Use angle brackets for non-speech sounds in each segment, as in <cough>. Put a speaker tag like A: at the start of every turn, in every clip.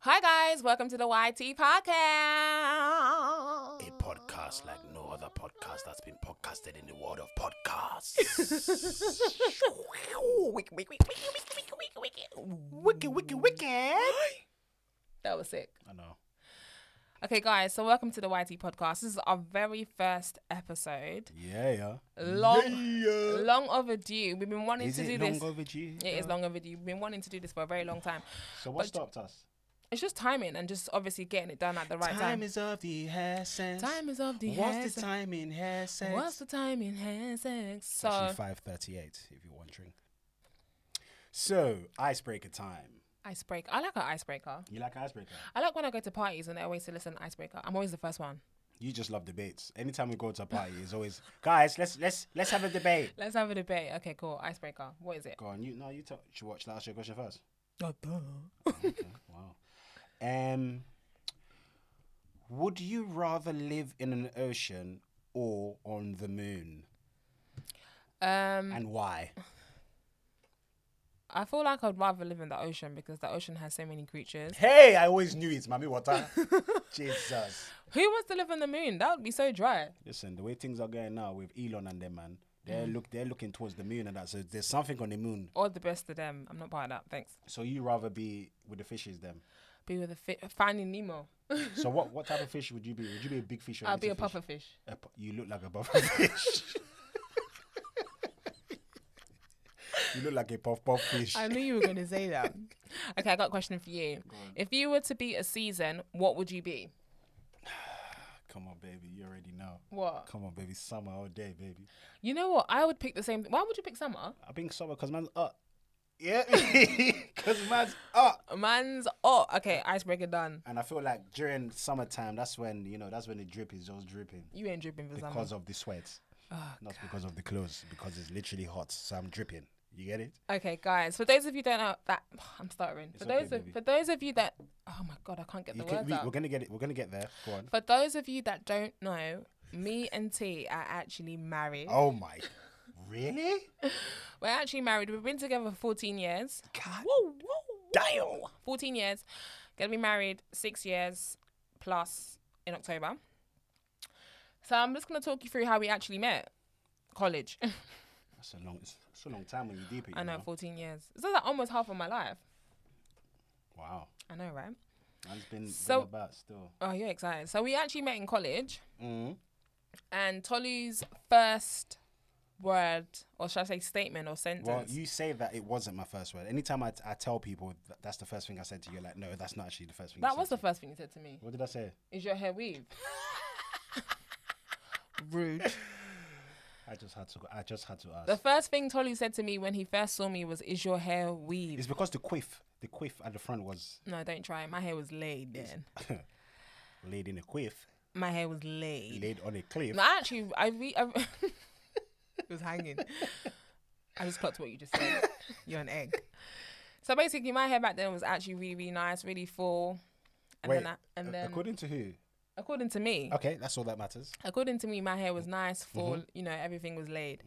A: Hi guys, welcome to the YT podcast.
B: A podcast like no other podcast that's been podcasted in the world of podcasts.
A: Wicked, wicked, wicked, wicked, wicked, <laughs> wicked.
B: wicked, wicked, wicked. I
A: That was sick.
B: know.
A: Okay, guys, so welcome to the YT podcast. This is our very first episode.
B: Yeah, yeah.
A: Long-
B: Yeah.
A: Long overdue. We've been wanting
B: Is
A: to do
B: it
A: this.
B: long Uh. overdue?
A: It is long overdue. We've been wanting to do this for a very long time.
B: So what stopped us?
A: It's just timing and just obviously getting it done at the right time.
B: is of the essence.
A: time is of the
B: What's the
A: essence.
B: time in essence?
A: What's the time in hand sex? So
B: Actually, five thirty-eight. If you're wondering. So icebreaker time.
A: icebreaker. I like an icebreaker.
B: You like icebreaker?
A: I like when I go to parties and they always say, "Listen, icebreaker." I'm always the first one.
B: You just love debates. Anytime we go to a party, it's always guys. Let's let's let's have a debate.
A: Let's have a debate. Okay, cool. Icebreaker. What is it?
B: Go on. You no. You talk. Should watch. Last your question first.
A: Oh, Duh.
B: Wow. Um, would you rather live in an ocean or on the moon,
A: um, <laughs>
B: and why?
A: I feel like I'd rather live in the ocean because the ocean has so many creatures.
B: Hey, I always knew it's
A: <laughs>
B: Mami Water. Jesus.
A: Who wants to live on the moon? That would be so dry.
B: Listen, the way things are going now with Elon and them, man, they're
A: Mm.
B: look they're looking towards the moon and that. So there's something on the moon.
A: All the best to them. I'm not part of that. Thanks.
B: So you rather be with the fishes then?
A: Be with a fi- finding Nemo.
B: So what what type of fish would you be? Would you be a big fish or
A: I'll be a
B: little fish?
A: puffer fish.
B: A pu- you look like a puffer fish. you look like a puff puff fish.
A: I knew you were going to say that. <laughs> okay, I got a question for you. If you were to be a season, what would you be?
B: Come on, baby. You already know.
A: What?
B: Come on, baby. Summer all day, baby.
A: You know what? I would pick the same. Why would you pick summer?
B: I think summer because man's up. Yeah. <laughs> Because man's up.
A: Man's oh, okay. Icebreaker done.
B: And I feel like during summertime, that's when, you know, that's when the drip is just dripping
A: You ain't dripping for summer. Oh,
B: because of the sweat. Not because of the clothes, because it's literally hot. So I'm dripping. You get it?
A: Okay, guys. For those of you don't know that <sighs> I'm stuttering. For
B: It's okay,
A: those of,
B: baby.
A: for those of you that oh my god, I can't get
B: You
A: the
B: can,
A: words
B: we, we're
A: out.
B: going to get it. We're going to get there. Go on.
A: For those of you that don't know, me and T are actually married.
B: Oh, my. Really?
A: We're actually married. We've been together for 14 years.
B: God.
A: Whoa, whoa,
B: Damn.
A: 14 years. Gonna be married six years plus in October. So I'm just gonna talk you through how we actually met. College. <laughs>
B: That's a long, it's, it's a long time when you deep it. You
A: I know,
B: know?
A: 14 years. So like almost half of my life.
B: Wow.
A: I know, right?
B: Man's been, been
A: So-
B: about still.
A: Oh, you're excited. So we actually met in college.
B: Mm.
A: And Tolu's first word, or should I say statement or sentence?
B: Well, you say that it wasn't my first word. Anytime I, I tell people th- that's the first thing I said to you, you're like, no, that's not actually the first thing. you
A: that
B: said
A: was
B: to
A: the first thing you said to me.
B: me." What did I say?
A: Is your hair
B: <laughs>
A: weave? Rude.
B: I just had to. I just had to ask.
A: The first thing Tolu said to me when he first saw me was, "Is your hair weave?"
B: it's because the quiff, the quiff at the front was <laughs>
A: No, don't try. it. My hair was laid then.
B: laid in a quiff,
A: My hair was laid.
B: laid on a cliff.
A: No, actually, I, re- I re- <laughs> it was hanging. I just clocked what you just said. You're an egg. So basically, my hair back then was actually really, really nice, really full. And
B: Wait,
A: then, I, and
B: a-
A: then according,
B: according to
A: to
B: who?
A: me,
B: Okay, that's all that matters.
A: according to me, my hair was nice,
B: Mm-hmm.
A: full. You know, everything was laid.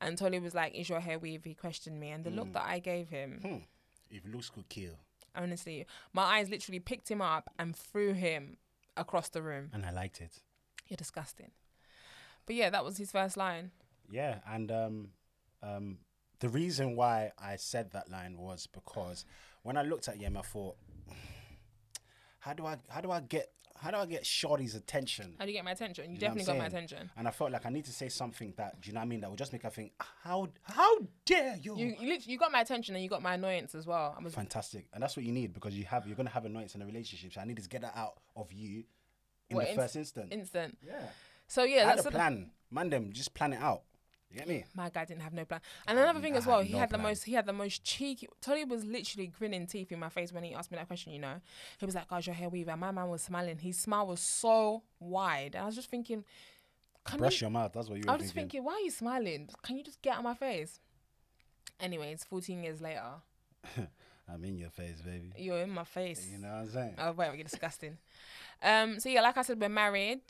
A: And Tolly was like, "Is your hair weave?" He questioned me, and the
B: Mm.
A: look that I gave him.
B: If looks could kill,
A: Honestly, my eyes literally picked him up and threw him across the room.
B: and I liked it.
A: You're disgusting. But yeah, that was his first line.
B: Yeah, and um, um, the reason why I said that line was because when I looked at him, I thought, <sighs> how do I, how do I get, how do I get Shorty's attention?
A: How do you get my attention? You,
B: You know what
A: definitely
B: I'm
A: got my
B: saying?
A: attention.
B: And I felt like I need to say something that, do you know what I mean? That would just make her think, how how dare you?
A: You, you literally you got my attention and you got my annoyance as well. I was
B: Fantastic. And that's what you need because you have you're gonna have annoyance in a relationship. So I needed to get that out of you in
A: What,
B: the
A: in-
B: first instance.
A: instant.
B: yeah.
A: So yeah,
B: I had
A: that's
B: a
A: the- Mm.
B: plan. Man them, just plan it out. You get me?
A: my guy didn't have no plan. And another thing
B: I
A: as well,
B: had
A: he
B: no
A: had the
B: plan.
A: most he had the most cheeky Tolly was literally grinning teeth in my face when he asked me that question, you know. He was like, Guys, your hair weave and my man was smiling. His smile was so wide. And I was just thinking, can you
B: Brush your mouth, that's what you
A: I
B: were
A: was just
B: thinking.
A: thinking, why are you smiling? Can you just get out of my face? Anyways, 14 years later,
B: I'm in your face, baby.
A: you're in my face.
B: You know what I'm saying?
A: Oh, wait, we're disgusting. Um, so, yeah, like I said, we're married.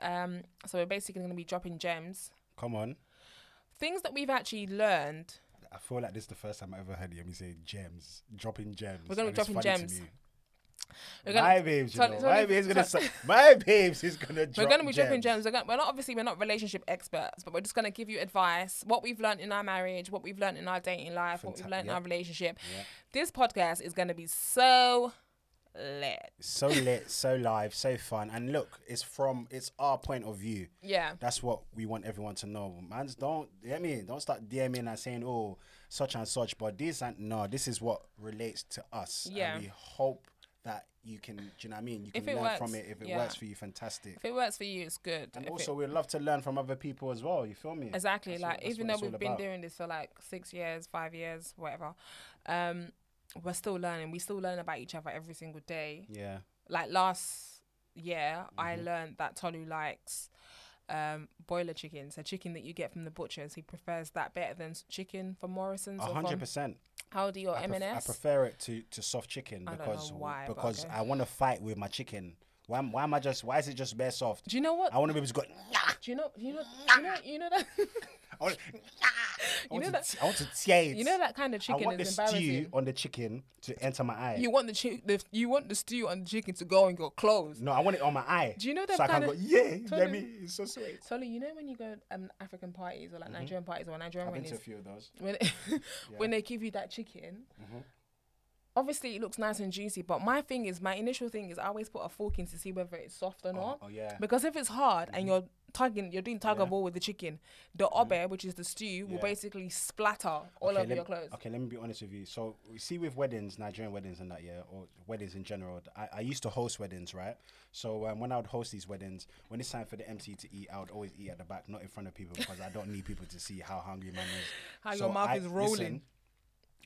A: Um, so, we're basically going to be dropping gems.
B: Come on.
A: Things that we've actually learned.
B: I feel like this is the first time I ever heard you say gems, dropping gems.
A: We're gonna
B: and it's
A: be dropping
B: funny to
A: gems.
B: me.
A: We're
B: my babes, you
A: so-
B: know.
A: so
B: my
A: if-
B: babes gonna.
A: so- <laughs>
B: sa- my babes is gonna.
A: we're
B: Drop
A: going to be dropping gems.
B: gems.
A: We're, gonna, we're not obviously we're not relationship experts, but we're just going to give you advice. What we've learned in our marriage, what we've learned in our dating life, what we've
B: Fanta-
A: learned in our
B: yep.
A: relationship.
B: Yep.
A: This podcast is going to be so lit.
B: So lit, so live, so fun. And look, it's from it's our point of view.
A: Yeah.
B: That's what we want everyone to know. Man's don't I mean, don't start DMing and saying, Oh, such and such, but this and no, this is what relates to us.
A: Yeah.
B: And we hope that you can do you know what I mean? You can
A: it
B: learn
A: works,
B: from it. If it
A: yeah.
B: works for you, fantastic.
A: If it works for you, it's good.
B: And
A: If it-
B: also we'd love to learn from other people as well, you feel me?
A: Exactly.
B: That's what-
A: like
B: that's
A: even
B: what
A: though
B: it's all
A: we've been
B: about.
A: doing this for like six years, five years, whatever, um, we're still learning. We still learn about each other every single day.
B: Yeah.
A: Like last year, I
B: Mm-hmm.
A: learned that Tolu likes um, boiler chicken, so chicken that you get from the butchers. He prefers that better than s- chicken from Morrison's
B: A
A: or
B: hundred
A: from
B: percent.
A: Aldi or
B: I pref- I
A: M&S.
B: prefer it to, to soft chicken
A: I don't know
B: because w-
A: why, but
B: because
A: okay.
B: I want to fight with my chicken. Why, am- why am I just why is it just bare soft?
A: do you know what?
B: I want to be able to go. "Nyah!"
A: do you know? Do you know? Do you know? You know that? <laughs>
B: I want, "Nyah!" I want
A: know
B: to,
A: that-
B: t- I want to tear it.
A: you know that kind of
B: I
A: chicken
B: want the
A: is embarrassing.
B: stew on the chicken to enter my eye.
A: You want the, chi- the you want the stew on the chicken to go and go close.
B: no, I want it on my eye.
A: Do you know that
B: So I can
A: kinda-
B: go. Yeah,
A: Totally.
B: let me. It's so sweet.
A: Solly, you know when you go um African parties or like Nigerian parties or Nigerian
B: Mm-hmm. I've been to Mm-hmm.
A: weddings,
B: a few of those.
A: <laughs> when when they give you that chicken, obviously it looks nice and juicy. But my thing is, my initial thing is I always put a fork in to see whether it's soft or not.
B: oh, yeah. Mm-hmm.
A: Because if it's hard and you're tugging, you're doing tug of war with the chicken, the obe, which is the stew, will
B: Yeah.
A: basically splatter all over
B: let,
A: your clothes.
B: okay, let me be honest with you. So, you see, with weddings, Nigerian weddings and that, yeah, or weddings in general, th- I, I used to host weddings, right? So, um, when I would host these weddings, when it's time for the MC to eat, I would always eat at the back, not in front of people, because I don't need people to see how hungry man is.
A: <laughs> How your mouth is rolling.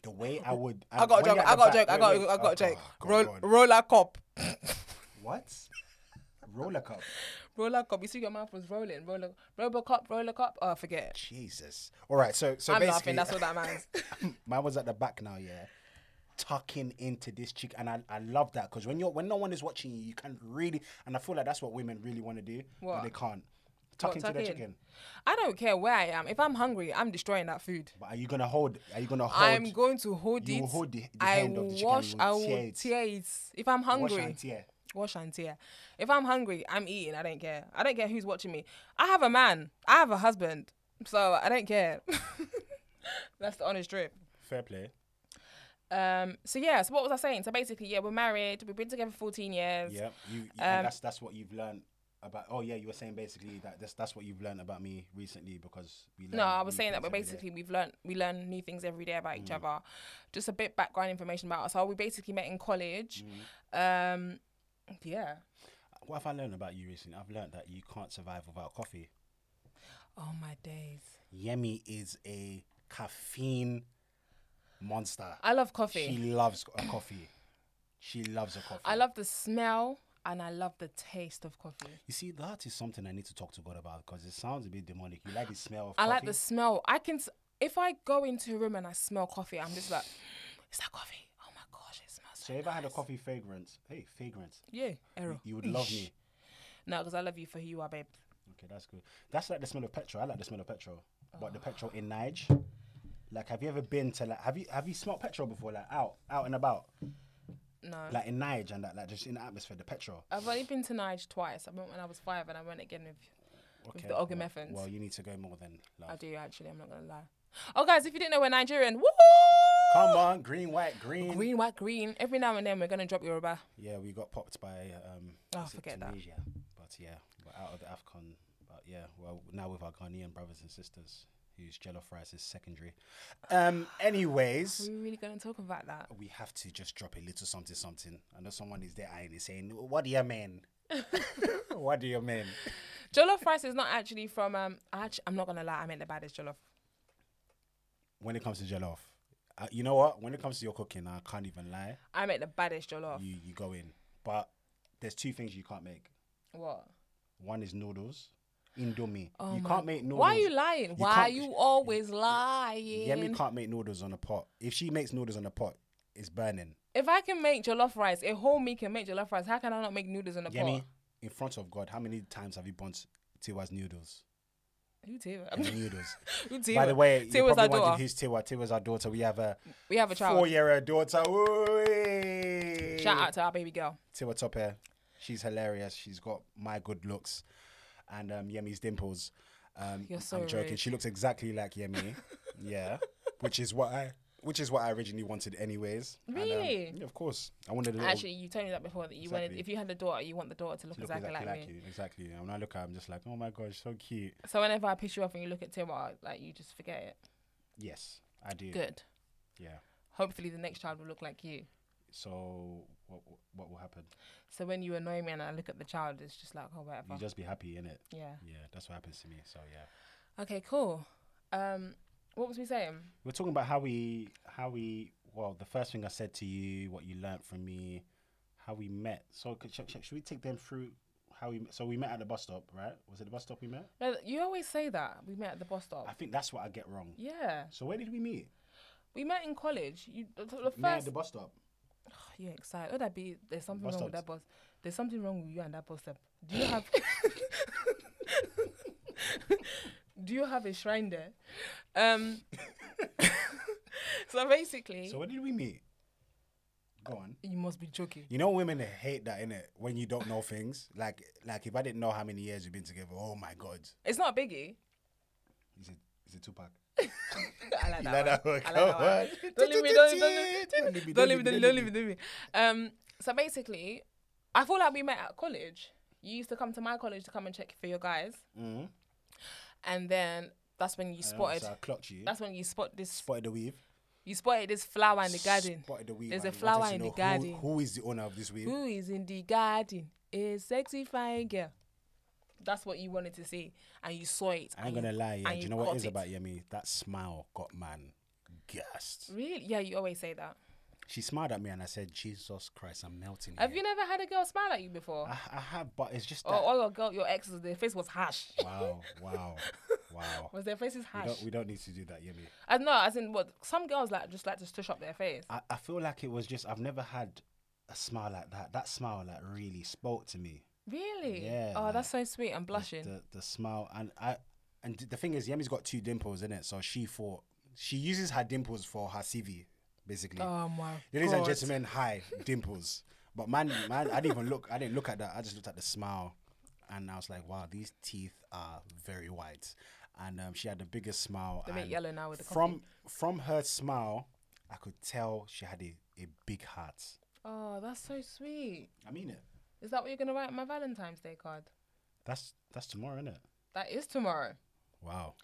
B: the way I would.
A: <laughs> I got a
B: when
A: joke.
B: you're at
A: I
B: the
A: got a
B: back-
A: joke. I
B: wait,
A: got.
B: wait,
A: I
B: oh,
A: got a joke.
B: God,
A: Roll,
B: God.
A: roller cop.
B: What? Roller cup.
A: Roller cop. You see your mouth was rolling. Roller. Robocop. Roller cop. Oh, I forget. it.
B: Jesus. All right. So so
A: I'm
B: basically,
A: laughing. That's what that means.
B: <laughs> mine was at the back now. Yeah, tucking into this chick, and I, I love that because when you're when no one is watching you, you can really and I feel like that's what women really want to do,
A: What?
B: but they can't. Tuck
A: What,
B: into their
A: tuck in?
B: chicken.
A: I don't care where I am. If I'm hungry, I'm destroying that food.
B: But are you gonna hold? Are you gonna hold?
A: I'm going to hold
B: you
A: it.
B: will hold the- the
A: I
B: hand of
A: will
B: the chicken,
A: wash.
B: you will
A: I will
B: tear
A: tear
B: it.
A: it. If I'm
B: Wash
A: hungry,
B: and tear.
A: wash and tear. If I'm hungry, I'm eating. I don't care. I don't care who's watching me. I have a man. I have a husband. So I don't care. <laughs> That's the honest truth.
B: Fair play.
A: Um. So yeah. So what was I saying? So basically, yeah, we're married. We've been together 14 years.
B: Yeah, you, you-
A: Um,
B: and that's that's what you've learned about. Oh yeah, you were saying basically that that's that's what you've learned about me recently because we.
A: No,
B: learn
A: I was
B: new
A: saying that
B: things
A: we're
B: every day.
A: basically we've learned we learn new things every day about each
B: Mm.
A: other. Just a bit background information about us. So we basically met in college.
B: Mm.
A: Um, yeah.
B: What have I learned about you recently? I've learned that you can't survive without coffee.
A: Oh my days.
B: Yemi is a caffeine monster.
A: I love coffee.
B: She loves a coffee. She loves a coffee.
A: I love the smell and I love the taste of coffee.
B: You see, that is something I need to talk to God about because it sounds a bit demonic. You like the smell of
A: I
B: coffee.
A: like the smell. I can s- if I go into a room and I smell coffee, I'm just like, is that coffee? Oh my gosh, it smells.
B: So if I had a coffee fragrance, hey, fragrance,
A: Yeah, error.
B: you would love me.
A: <laughs> No, because I love you for who you are, babe.
B: Okay, that's good. That's like the smell of petrol. I like the smell of petrol, but
A: Ah.
B: the petrol in Nige. Like, have you ever been to like? Have you have you smelled petrol before? Like out, out and about,
A: No.
B: like in Nige and that, like just in the atmosphere, the petrol.
A: I've only been to Nige twice. I went when I was five and I went again with
B: Okay.
A: the
B: well-
A: Ogameffans.
B: Well, you need to go more than love.
A: I do actually. I'm not gonna lie. Oh, guys, if you didn't know, we're Nigerian. Woo!
B: Come on, green, white, green.
A: Green, white, green. Every now and then, we're gonna drop Yoruba.
B: Yeah, we got popped by um
A: Oh,
B: was it
A: forget that.
B: Tunisia. But yeah, we're out of the AFCON. But yeah, well now with our Ghanaian brothers and sisters whose jollof rice is secondary. Um anyways,
A: We're really gonna talk about that.
B: we have to just drop a little something something. I know someone is there eyeing it saying, What do
A: <laughs>
B: you mean? <laughs> what do you mean?
A: Jollof rice is not actually from. Um, actually, I'm not gonna lie. I meant the baddest jollof.
B: When it comes to jollof. Uh, you know what? When it comes to your cooking, I can't even lie.
A: I meant the baddest jollof.
B: You you go in. But there's two things you can't make.
A: What?
B: One is noodles. Indomie.
A: Oh
B: you
A: my-
B: can't make noodles.
A: Why are you lying? Why are
B: can't-
A: you always lying?
B: Yemi can't make noodles on a pot. If she makes noodles on a pot, it's burning.
A: if I can make jollof rice, a whole me can make jollof rice. How can I not make noodles in a
B: Yemi,
A: pot?
B: in front of God, how many times have you burnt Tiwa's noodles?
A: Who Tiwa? <laughs>
B: Her noodles.
A: Who Tiwa?
B: By the way, you're
A: Tiwa's our
B: probably wondering
A: daughter.
B: who's Tiwa. Tiwa's our daughter. We have a
A: We have a child.
B: four-year-old daughter. Ooh.
A: Shout out to our baby girl.
B: Tiwa Tope. She's hilarious. She's got my good looks and um, Yemi's dimples. Um,
A: You're so
B: I'm joking.
A: rude.
B: She looks exactly
A: <laughs>
B: like Yemi. yeah, which is what I which is what I originally wanted, anyways. And, um,
A: Really?
B: yeah, of course. I wanted a little
A: Actually, you told me that before that you wanted,
B: Exactly.
A: if you had a daughter, you want the daughter to look,
B: look
A: exactly, like, me.
B: you. Exactly. And when I look at, her, I'm just like, oh my gosh, so cute.
A: So whenever I piss you off and you look at Tiwa, like you just forget it.
B: Yes, I do.
A: Good.
B: Yeah.
A: Hopefully, the next child will look like you.
B: So what what will happen?
A: So when you annoy me and I look at the child, it's just like, oh, whatever.
B: You just be happy in it.
A: yeah.
B: Yeah, that's what happens to me. So yeah.
A: Okay, cool. Um, what was we saying?
B: We're talking about how we, how we, well, the first thing I said to you, what you learnt from me, how we met. So could- should, should we take them through how we? met? So we met at the bus stop, right? Was it the bus stop we met?
A: No, you always say that we met at the bus
B: I
A: stop.
B: think that's what I get wrong.
A: Yeah,
B: So where did we meet?
A: we met in college. You the, the
B: We met at
A: first.
B: the bus stop.
A: Oh, you're excited. Oh, that be there's something
B: Bus
A: wrong with that
B: stops.
A: bus. There's something wrong with you and that bus stop. Do you have?
B: <laughs>
A: Do you have a shrine there? Um. <laughs> so basically,
B: So where did we meet? Go on.
A: you must be joking.
B: You know, women hate that innit? When you don't know things, like like if I didn't know how many years we've been together, oh my god,
A: It's not a biggie.
B: <laughs> is it is it Tupac?
A: I like
B: You
A: that. one.
B: like <laughs> that one?
A: I
B: Come
A: like that one.
B: on.
A: Don't leave me, don't leave, don't leave, don't leave me, don't leave me, don't leave me, don't leave me. Um, so basically, I feel like we met at college. You used to come to my college to come and check for your guys,
B: Mm-hmm.
A: and then that's when you spotted.
B: So I clocked you.
A: That's when you spot this.
B: spotted the weave.
A: You spotted this flower in the garden.
B: Spotted the weave.
A: There's a
B: and wanted
A: flower
B: to
A: in
B: know
A: the garden.
B: Who, who is the owner of this weave?
A: Who is in the garden? A sexy fine girl. That's what you wanted to see, and you saw it.
B: I
A: and
B: ain't
A: you-
B: gonna lie, yeah.
A: and
B: Do you know what
A: caught
B: is
A: it.
B: about Yemi? That smile got man gassed.
A: Really? Yeah, you always say that.
B: She smiled at me and I said, Jesus Christ, I'm melting.
A: Have Oh,
B: here."
A: you never had a girl smile at you before?
B: I, I have, but it's just that.
A: Or all your girl, your exes, their face was harsh.
B: <laughs> Wow, wow, wow.
A: Was their faces
B: we,
A: harsh?
B: don't, we don't need to do that, Yemi.
A: I know, as in what some girls like just like to stush up their face.
B: I, I feel like it was just, I've never had a smile like that. That smile like really spoke to me.
A: Really?
B: Yeah,
A: Oh,
B: like,
A: that's so sweet. I'm blushing.
B: the the smile and I and the thing is Yemi's got two dimples in it, so she thought she uses her dimples for her CV basically.
A: oh my
B: Ladies
A: god.
B: and gentlemen, hi dimples. But man, man, I didn't even look. I didn't look at that. I just looked at the smile, and I was like, wow, these teeth are very white. And um, she had the biggest smile.
A: They make
B: and
A: yellow now with the coffee.
B: from from her smile, I could tell she had a, a big heart.
A: Oh, that's so sweet.
B: I mean it.
A: Is that what you're gonna write on my Valentine's Day card?
B: That's that's tomorrow, isn't it?
A: That is tomorrow.
B: Wow.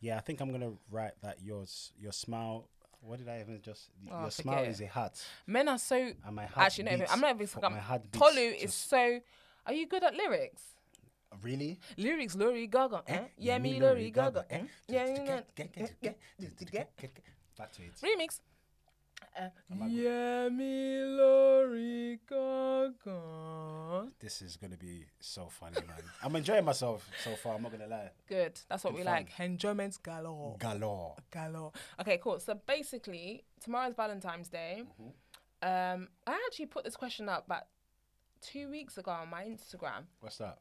B: Yeah, I think I'm gonna write that yours your smile. What did I even just?
A: Oh,
B: your smile
A: forget
B: is a heart,
A: Men are so
B: and my heart.
A: actually no,
B: beats-
A: I'm not even.
B: but my
A: I'm,
B: heart beats
A: Tolu is
B: just-
A: so. Are you good at lyrics?
B: really.
A: Lyrics, Lori Gaga. Eh? Yeah, me, Lori Gaga. eh? Yeah, me, Lori-
B: Back to it.
A: Remix. Uh, yeah, me, Lori Gaga.
B: This is gonna be so funny,
A: <laughs>
B: man. I'm enjoying myself so far. I'm not gonna lie.
A: Good. That's what we
B: fun.
A: like. Enjoyment galore.
B: Galore.
A: Galore. Okay, cool. So basically, tomorrow's Valentine's Day. Um, I actually put this question up about two weeks ago on my Instagram.
B: What's that?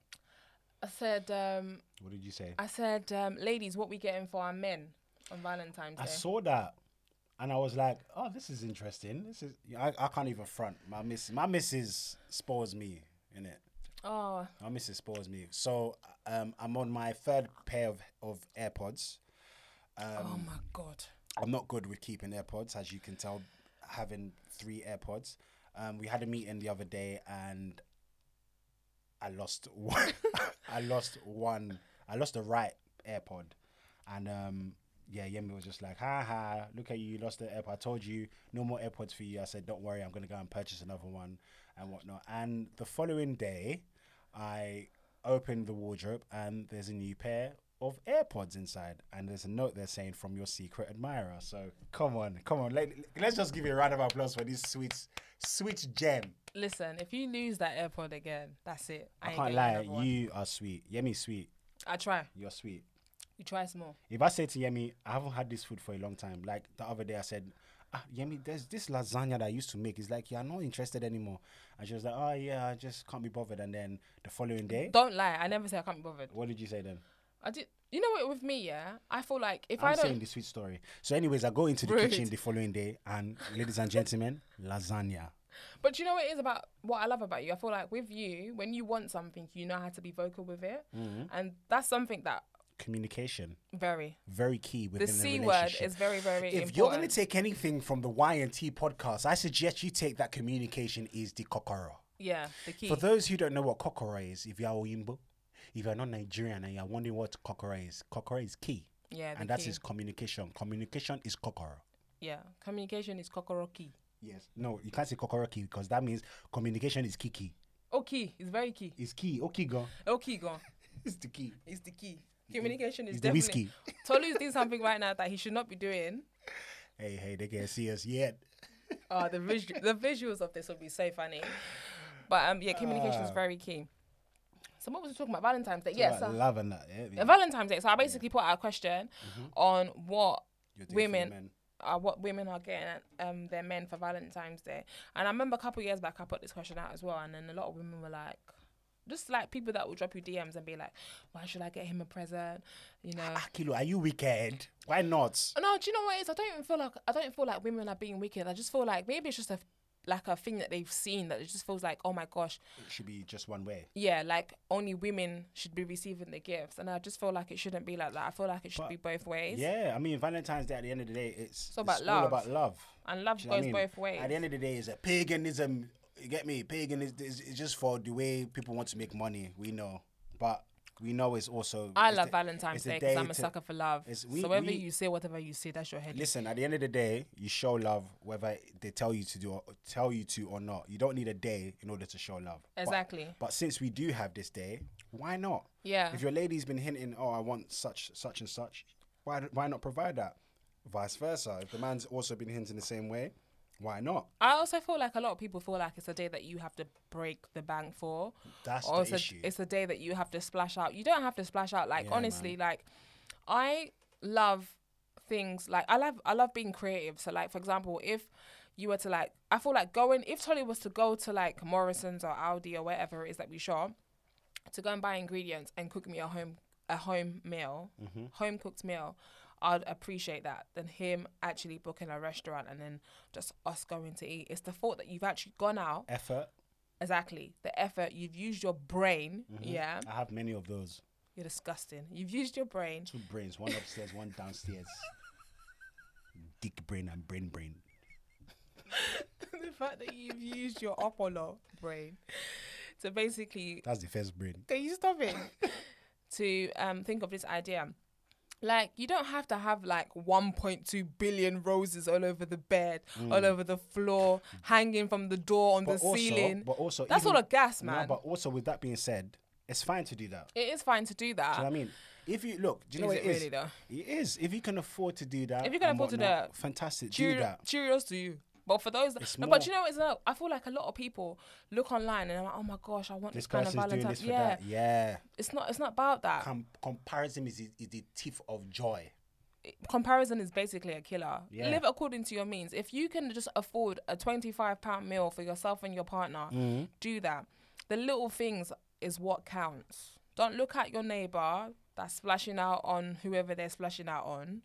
A: I said, um,
B: What did you say?
A: I said, um, ladies, what we getting for our men on Valentine's
B: I
A: Day?
B: saw that, and I was like, "Oh, this is interesting. This is I, I can't even front my miss. My missus spoils me in it.
A: oh,
B: My missus spoils me. So um, I'm on my third pair of of AirPods. um,
A: oh my god.
B: I'm not good with keeping AirPods, as you can tell, having three AirPods. Um, we had a meeting the other day, and I lost one. <laughs> I lost one. I lost the right AirPod, and um, yeah, Yemi was just like, "Ha ha! Look at you! You lost the AirPod. I told you no more AirPods for you." I said, "Don't worry, I'm gonna go and purchase another one and whatnot." And the following day, I opened the wardrobe, and there's a new pair of AirPods inside, and there's a note there saying, "From your secret admirer." So come on, come on, let, let's just give you a round of applause for this sweet, sweet gem.
A: Listen, if you lose that AirPod again, that's it. I,
B: I
A: ain't
B: can't
A: getting another
B: lie,
A: one.
B: you are sweet. Yemi's sweet.
A: I try.
B: You're sweet.
A: You try some more.
B: If I say to Yemi, I haven't had this food for a long time. Like the other day, I said, ah, Yemi, there's this lasagna that I used to make. It's like, yeah, I'm not interested anymore. And she was like, oh, yeah, I just can't be bothered. And then the following day,
A: Don't lie. I never say I can't be bothered.
B: what did you say then?
A: I did. You know what? With me, yeah, I feel like if
B: I'm
A: I do not
B: saying the sweet story. So, anyways, I go into the
A: Rude.
B: kitchen the following day, and ladies and gentlemen, lasagna.
A: But you know what it is about what I love about you? I feel like with you, when you want something, you know how to be vocal with it.
B: Mm-hmm.
A: And that's something that
B: Communication,
A: very
B: very key within
A: the
B: the,
A: C word
B: relationship.
A: is very, very
B: if
A: important.
B: you're going to take anything from the Y and T podcast, I suggest you take that communication is the kokoro.
A: yeah, the key.
B: For those who don't know what kokoro is, if you are Oyimbo, if you are not Nigerian and you are wondering what kokoro is, kokoro is key.
A: yeah, the
B: and that
A: key.
B: is communication. Communication is kokoro.
A: yeah. Communication is kokoro key.
B: Yes. No, you can't say kokoro key because that means communication is key key.
A: Oh, key. It's very key.
B: It's key. Okay, go.
A: Oh, key gone.
B: <laughs> It's the key.
A: <laughs> It's the key. Communication is
B: It's the
A: definitely.
B: whiskey.
A: Tolu's doing something right now that he should not be doing.
B: Hey, hey, they can't see us yet.
A: Oh, the visu- the visuals of this will be so funny. But um, yeah, communication is very key. So what was we talking about? Valentine's Day. Yes.
B: Right,
A: so-
B: love and that. Yeah, Mm-hmm.
A: uh, Valentine's Day. So I basically put out a question on what
B: You're doing for the
A: women
B: men.
A: are what women are getting at, um their men for Valentine's Day. And I remember a couple of years back I put this question out as well and then a lot of women were like just like people that will drop you DMs and be like, Why should I get him a present? You know.
B: Akilo, Ah, are you wicked? Why not?
A: No, do you know what it is? I don't even feel like I don't feel like women are being wicked. I just feel like maybe it's just a like a thing that they've seen that it just feels like, oh my gosh,
B: It should be just one way.
A: yeah, like only women should be receiving the gifts. And I just feel like it shouldn't be like that. I feel like it should be both ways.
B: Yeah, I mean Valentine's Day. At the end of the day, it's, it's
A: about
B: all
A: love.
B: about love.
A: And love
B: Do you know
A: goes
B: what I mean?
A: both ways.
B: At the end of the day, it's a paganism. You get me? Paganism is, is just for the way people want to make money. We know, but we know it's also.
A: I
B: it's
A: love
B: the-
A: Valentine's
B: it's the
A: Day because I'm
B: to-
A: a sucker for love.
B: it's- we-
A: so whether
B: we-
A: you say whatever you say, that's your head.
B: Listen, at the end of the day, you show love whether they tell you to do or tell you to or not. You don't need a day in order to show love. But-
A: Exactly.
B: But, since we do have this day, why not?
A: Yeah.
B: If your lady's been hinting, oh, I want such such and such, why why not provide that? Vice versa. If the man's also been hinting the same way, why not?
A: I also feel like a lot of people feel like it's a day that you have to break the bank for.
B: That's
A: or
B: the
A: it's a,
B: issue.
A: It's a day that you have to splash out. You don't have to splash out. Like honestly, like I love things like I love I love being creative. So like for example, if you were to like I feel like going if Tolly was to go to like Morrison's or Aldi or wherever it is that we shop to go and buy ingredients and cook me a home a home meal,
B: Mm-hmm.
A: home cooked meal, I'd appreciate that than him actually booking a restaurant and then just us going to eat. It's the thought that you've actually gone out
B: Effort.
A: exactly the effort you've used your brain.
B: Mm-hmm.
A: Yeah,
B: I have many of those.
A: you're disgusting. You've used your brain. <laughs>
B: Two brains, one upstairs, one downstairs. Dick brain and brain brain.
A: the fact that you've used your Apollo brain to basically
B: That's the first brain.
A: can you stop
B: <laughs>
A: it to um think of this idea like you don't have to have like 1.2 billion roses all over the bed all over the floor hanging from the door on the ceiling
B: Mm. But also,
A: that's
B: even-
A: all a gas
B: No,
A: man
B: but also, with that being said, it's fine to do that.
A: it is fine to do that
B: Do you know what I mean? If you look, do you know
A: Is
B: what
A: it
B: it is?
A: really though?
B: It is. If you can afford to do that,
A: If you can
B: and
A: afford to do
B: whatnot,
A: that,
B: fantastic. do
A: Cheer-
B: that.
A: Cheerios to you. But for those, that,
B: It's
A: no, but
B: more-
A: you know, it's not. I feel like a lot of people look online and I'm like, oh my gosh, I want this,
B: This
A: kind of
B: person's doing
A: Valentine's.
B: this for
A: Yeah,
B: that. Yeah.
A: it's not. It's not about that.
B: Com- comparison is, the- is the thief of joy.
A: Comparison is basically a killer.
B: Yeah.
A: Live according to your means. If you can just afford a twenty-five pound meal for yourself and your partner,
B: Mm-hmm.
A: do that. The little things is what counts. Don't look at your neighbor that's splashing out on whoever they're splashing out on.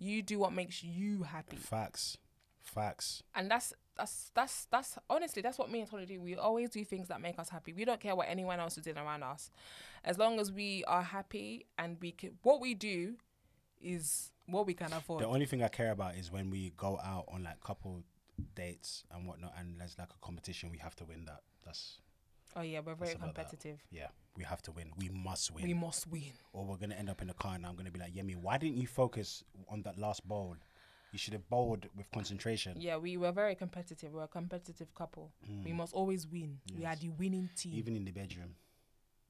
A: You do what makes you happy.
B: Facts. Facts.
A: and that's that's that's that's honestly that's what me and Tony do. We always do things that make us happy. We don't care what anyone else is doing around us, as long as we are happy and we can. What we do is what we can afford.
B: The only thing I care about is when we go out on like couple dates and whatnot, and there's like a competition, we have to win that. That's
A: oh yeah, we're very
B: about that.
A: competitive.
B: yeah, we have to win. We must win,
A: We must win.
B: or we're gonna end up in the car, and I'm gonna be like, Yemi, why didn't you focus on that last bowl? You should have bowled with concentration.
A: Yeah, we were very competitive. We're a competitive couple.
B: Mm.
A: We must always win. We are the winning team.
B: even in the bedroom.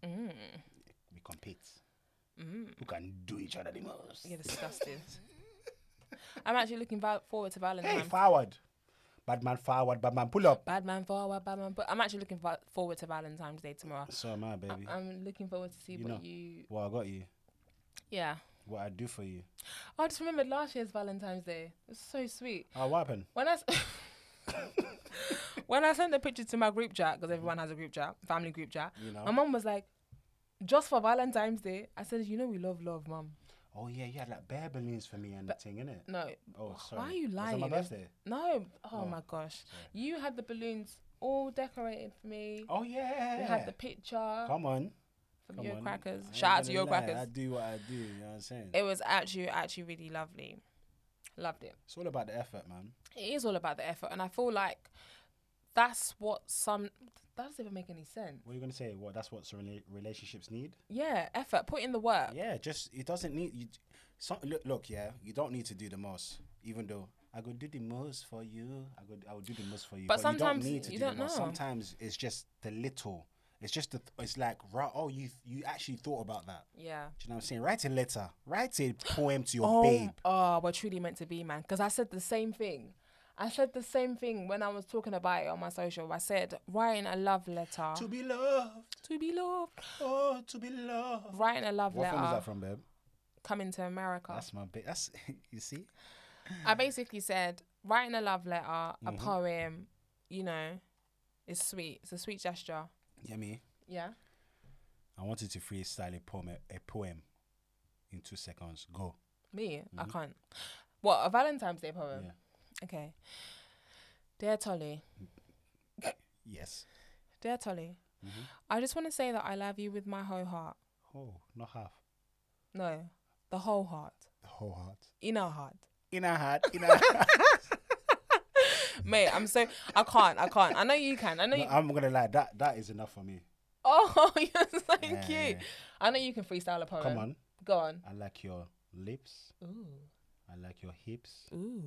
B: We compete. Who can do each other the most?
A: You're disgusting. I'm actually looking val- forward to Valentine's.
B: Hey, forward. Bad man forward, bad man pull up.
A: Bad man forward, bad man. But I'm actually looking va- forward to Valentine's Day tomorrow.
B: So am I, baby.
A: I'm looking forward to see
B: You
A: what
B: know.
A: you.
B: What I got you.
A: Yeah.
B: What I do for you.
A: I just remembered last year's Valentine's Day. It was so sweet.
B: Oh, what happened?
A: When I s- <laughs> when I sent the picture to my group chat because everyone has a group chat, family group chat.
B: You know.
A: My mum was like, "Just for Valentine's Day." I said, "You know we love love, mum."
B: oh yeah, you had like bear balloons for me and the thing, innit?
A: No.
B: Oh, sorry.
A: Why are you lying?
B: Was it my
A: That's-
B: birthday?
A: No. Oh
B: No.
A: my gosh. You had the balloons all decorated for me.
B: Oh yeah.
A: You had the picture
B: Come on.
A: from
B: Come
A: Yo
B: on.
A: Crackers.
B: I ain't
A: Shout out to
B: gonna
A: Yo
B: lie, I
A: Crackers.
B: do what I do. You know what I'm saying?
A: It was actually actually really lovely. Loved it.
B: it's all about the effort, man.
A: It is all about the effort, and I feel like that's what some. That doesn't even make any sense.
B: What are you gonna say? What? That's what rela- relationships need.
A: Yeah, effort. Put in the work.
B: Yeah, just it doesn't need you. Some, look, look, yeah, you don't need to do the most. Even though I could do the most for you, I could I would do the most for you.
A: But sometimes
B: you don't need to
A: you
B: do
A: don't
B: the most.
A: know.
B: Sometimes it's just the little. It's just the. It's like right. Oh, you you actually thought about that.
A: Yeah.
B: Do you know what I'm saying? Write a letter. Write a poem to your
A: Oh,
B: babe.
A: oh, we're truly meant to be, man. Because I said the same thing. I said the same thing when I was talking about it on my social. I said writing a love letter
B: To
A: to,
B: be loved.
A: be loved.
B: Oh, to be loved.
A: Writing a love
B: What film is
A: letter Oh.
B: that from, babe?
A: coming to America.
B: That's my babe. That's <laughs> you see.
A: I basically said writing a love letter,
B: Mm-hmm.
A: a poem. You know, it's sweet. It's a sweet gesture.
B: Yummy.
A: Yeah.
B: I wanted to freestyle a poem. A poem. In two seconds. Go.
A: Me, I can't. What a Valentine's Day poem.
B: Mm-hmm. Yeah.
A: Okay. Dear Tolly,
B: Yes.
A: dear Tolly,
B: Mm-hmm.
A: I just want to say that I love you with my whole heart.
B: Oh, not half.
A: No, the whole heart,
B: The whole heart.
A: inner heart.
B: In a heart. In a heart.
A: <laughs> Mate, I'm so
B: <laughs>
A: I can't, I can't. I know you can. I know you.
B: I'm gonna lie. That that is enough for me.
A: <laughs> Oh, you're so
B: Yeah,
A: cute.
B: yeah.
A: I know you can freestyle a poem.
B: Come on.
A: go on.
B: I like your lips.
A: Ooh,
B: I like your hips.
A: ooh.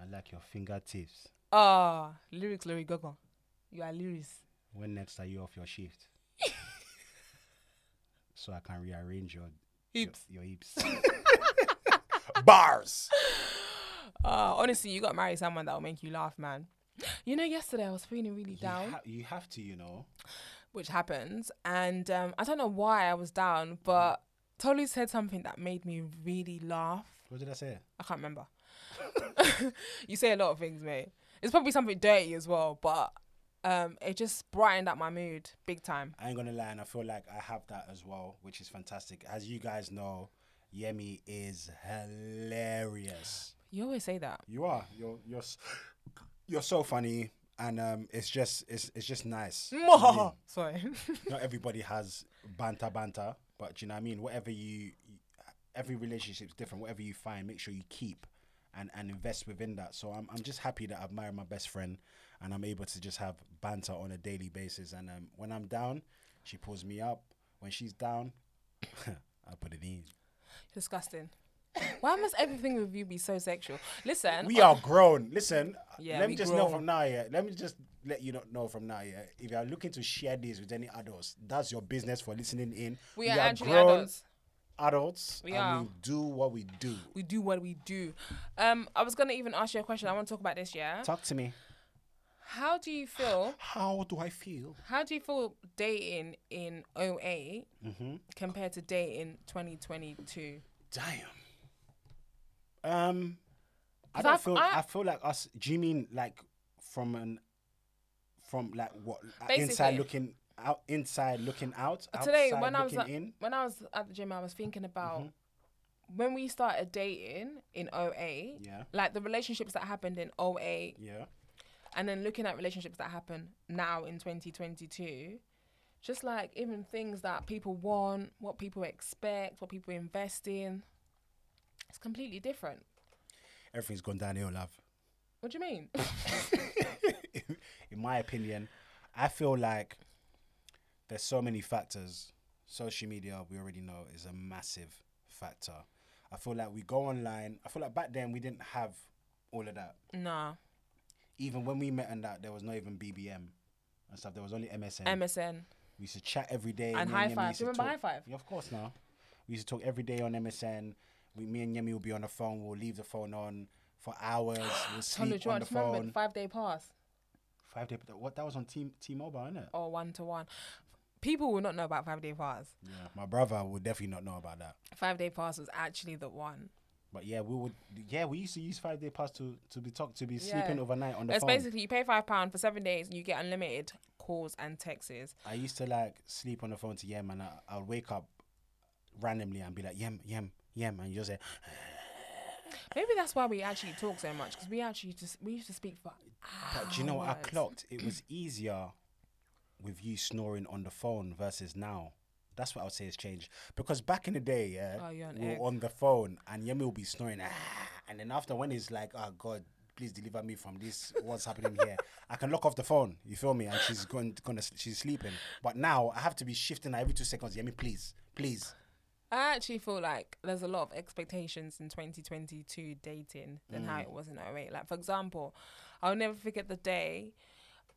B: I like your fingertips.
A: Ah, lyrics, Lori Gaga. You are lyrics.
B: When next are you off your shift? so I can rearrange your
A: Hips.
B: Your, your hips. Bars.
A: Ah, honestly, you got to marry someone that will make you laugh, man. You know, yesterday I was feeling really
B: You,
A: down.
B: ha- you have to, you know.
A: which happens. And um, I don't know why I was down, but Tolu said something that made me really laugh.
B: What did I say?
A: I can't remember. <laughs> you say a lot of things, mate. It's probably something dirty as well, but um, it just brightened up my mood big time.
B: I ain't gonna lie, and I feel like I have that as well, which is fantastic. As you guys know, Yemi is hilarious.
A: You always say that.
B: You are. You're you're s- you're so funny, and um, it's just it's it's just nice. You know what I mean?
A: Sorry. <laughs>
B: Not everybody has banter banter, but do you know what I mean. Whatever you, every relationship's different. Whatever you find, make sure you keep. And, and invest within that. So I'm, I'm just happy that I've married my best friend and I'm able to just have banter on a daily basis. And um, when I'm down, she pulls me up. When she's down, <laughs> I put it in.
A: Disgusting. Why must everything with you be so sexual? Listen,
B: We are grown. Listen,
A: Yeah,
B: let me
A: we
B: just know
A: grown.
B: from now, yeah. Let me just let you not know from now, yeah. If you are looking to share this with any adults, that's your business for listening in.
A: we are actually adults.
B: adults,
A: We
B: and
A: are.
B: we do what we do.
A: We do what we do. Um, I was gonna even ask you a question. I want to talk about this. Yeah.
B: Talk to me.
A: How do you feel?
B: How do I feel?
A: How do you feel dating in 8
B: Mm-hmm.
A: compared to dating 2022?
B: Damn. Um, I
A: 'Cause
B: don't
A: I've-
B: feel.
A: I-
B: I, feel like us. Do you mean like from an, from like what uh,
A: Basically.
B: inside looking out, inside looking out,
A: Today,
B: outside
A: when I was
B: looking
A: at,
B: in? Mm-hmm.
A: when I was at the gym, I was thinking about when we started dating in 08,
B: Yeah.
A: like the relationships that happened in 08,
B: Yeah.
A: and then looking at relationships that happen now in 2022. Just like even things that people want, what people expect, what people invest in, it's completely different.
B: Everything's gone downhill, love.
A: What do you
B: <laughs>
A: mean?
B: in my opinion, I feel like there's so many factors. Social media, we already know, is a massive factor. I feel like we go online. I feel like back then we didn't have all of that.
A: nah,
B: Even when we met and that, there was not even BBM and stuff. There was only MSN.
A: MSN.
B: we used to chat every day.
A: And
B: Me
A: High
B: Yemi
A: Five.
B: used to
A: Do you remember
B: talk-
A: High Five?
B: Yeah, of course, now. We used to talk every day on MSN. We, me and Yemi will be on the phone. We'll leave the phone on for
A: <gasps>
B: hours.
A: Tolu,
B: We'll sleep
A: do you
B: on
A: want
B: the
A: to remember
B: phone.
A: the five day pass?
B: Five day. but What that was on T T Mobile, innit?
A: or one to one. People will not know about five day pass.
B: Yeah, my brother would definitely not know about that.
A: Five day pass was actually the one.
B: But yeah, we would. Yeah, we used to use five day pass to to be talk to be
A: Yeah.
B: sleeping overnight on the
A: It's
B: phone.
A: basically you pay five pound for seven days and you get unlimited calls and texts.
B: I used to like sleep on the phone to Yem, and I, I would wake up randomly and be like, Yem, Yem, Yeah, man. You just say,
A: Maybe that's why we actually talk so much because we actually just we used to speak for.
B: but do you know what I
A: hours.
B: clocked? It was easier with you snoring on the phone versus now. That's what I would say has changed. Because back in the day, yeah,
A: Oh, you're an
B: we
A: egg.
B: were on the phone and Yemi will be snoring. "Ah," and then after when it's like, oh God, please deliver me from this, what's happening here? I can lock off the phone, you feel me? And she's going gonna she's sleeping. But now I have to be shifting every two seconds, Yemi, please, please.
A: I actually feel like there's a lot of expectations in 2022 dating than
B: Mm.
A: how it was in 08. Like for example, I'll never forget the day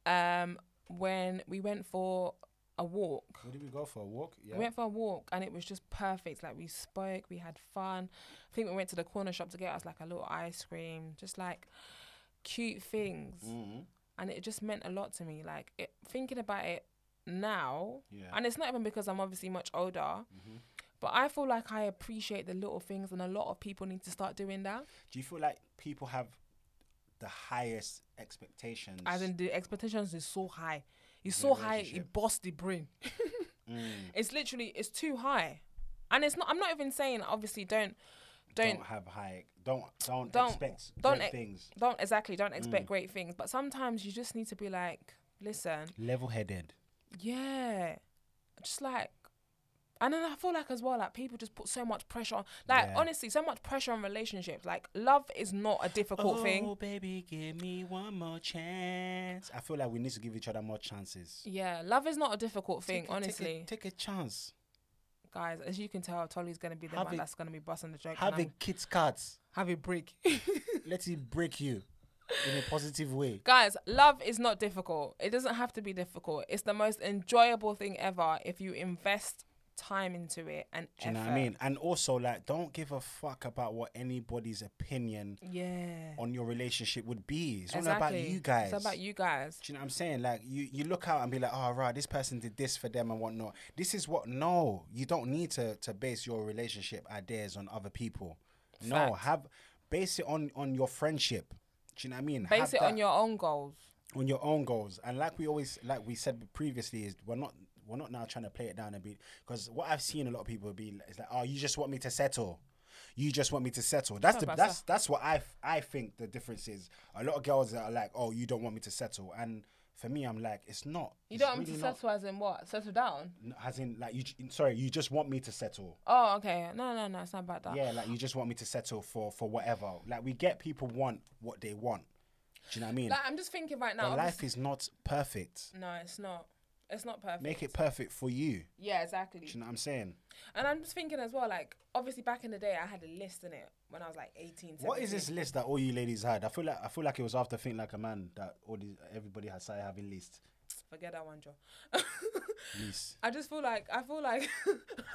A: um, when we went for a walk.
B: Where did we go for a walk? Yeah.
A: We went for a walk and it was just perfect. Like we spoke, we had fun. I think we went to the corner shop to get us like a little ice cream, just like cute things.
B: Mm-hmm.
A: And it just meant a lot to me. Like it, thinking about it now,
B: Yeah. Mm-hmm.
A: and it's not even because I'm obviously much older, but I feel like I appreciate the little things, and a lot of people need to start doing that.
B: Do you feel like people have the highest expectations?
A: As in, the expectations is so high. It's so high, it
B: relationship. Mm.
A: busts the brain. <laughs> It's literally, it's too high. And it's not, I'm not even saying, obviously, don't, don't,
B: don't have high don't don't,
A: Don't-
B: expect
A: don't e
B: great
A: ex-
B: things.
A: don't exactly don't
B: Mm.
A: expect great things but sometimes you just need to be like listen
B: Level headed.
A: yeah just like and then I feel like as well, like people just put so much pressure on, like
B: Yeah.
A: honestly, so much pressure on relationships. Like love is not a difficult thing.
B: Oh, baby, give me one more chance. I feel like we need to give each other more chances.
A: Yeah, love is not a difficult thing,
B: Take a-
A: honestly,
B: take a, take a chance.
A: guys. As you can tell, Tolly's gonna be the
B: Have
A: one
B: a-
A: that's gonna be busting the joke.
B: Have a kid's cards.
A: have a
B: <laughs>
A: break,
B: Let it break you in a positive way.
A: guys. Love is not difficult. It doesn't have to be difficult. It's the most enjoyable thing ever if you invest time into it and
B: Do you know what I
A: effort.
B: mean? And also, like, don't give a fuck about what anybody's opinion
A: Yeah.
B: on your relationship would be. It's all about you guys.
A: It's about you guys.
B: Do you know what I'm saying? Like you, you look out and be like, oh right, this person did this for them and whatnot. This is what no, you don't need to to base your relationship ideas on other people. No, have base it on on your friendship. Do you know what I mean?
A: Base
B: Have
A: it on
B: that-
A: your own goals.
B: on your own goals. And like we always like we said previously is we're not we're not now trying to play it down a bit because what I've seen a lot of people be is like, oh, you just want me to settle. You just want me to settle. That's the
A: about
B: that's that's what I f- I think the difference is. A lot of girls that are like, oh, you don't want me to settle, and for me, I'm like, it's not.
A: You
B: It's
A: don't want me
B: really
A: to
B: not.
A: settle as in what? Settle down?
B: N- As in, like you, j- sorry, you just want me to settle.
A: Oh, okay. No, no, no. It's not about that.
B: Yeah, like you just want me to settle for for whatever. Like we get people want what they want. Do you know what I mean?
A: Like, I'm just thinking right now.
B: but
A: obviously-
B: life is not perfect.
A: No, it's not. It's not perfect.
B: Make it perfect for you.
A: yeah, exactly.
B: Do you know what I'm saying?
A: And I'm just thinking as well, like, obviously back in the day, I had a list in it when I was like 18.
B: What is
A: 17.
B: this list that all you ladies had? I feel like I feel like it was after Think Like a Man that all these, everybody had started having list.
A: Forget that one, Joe.
B: List.
A: <laughs> I just feel like, I feel like, <laughs>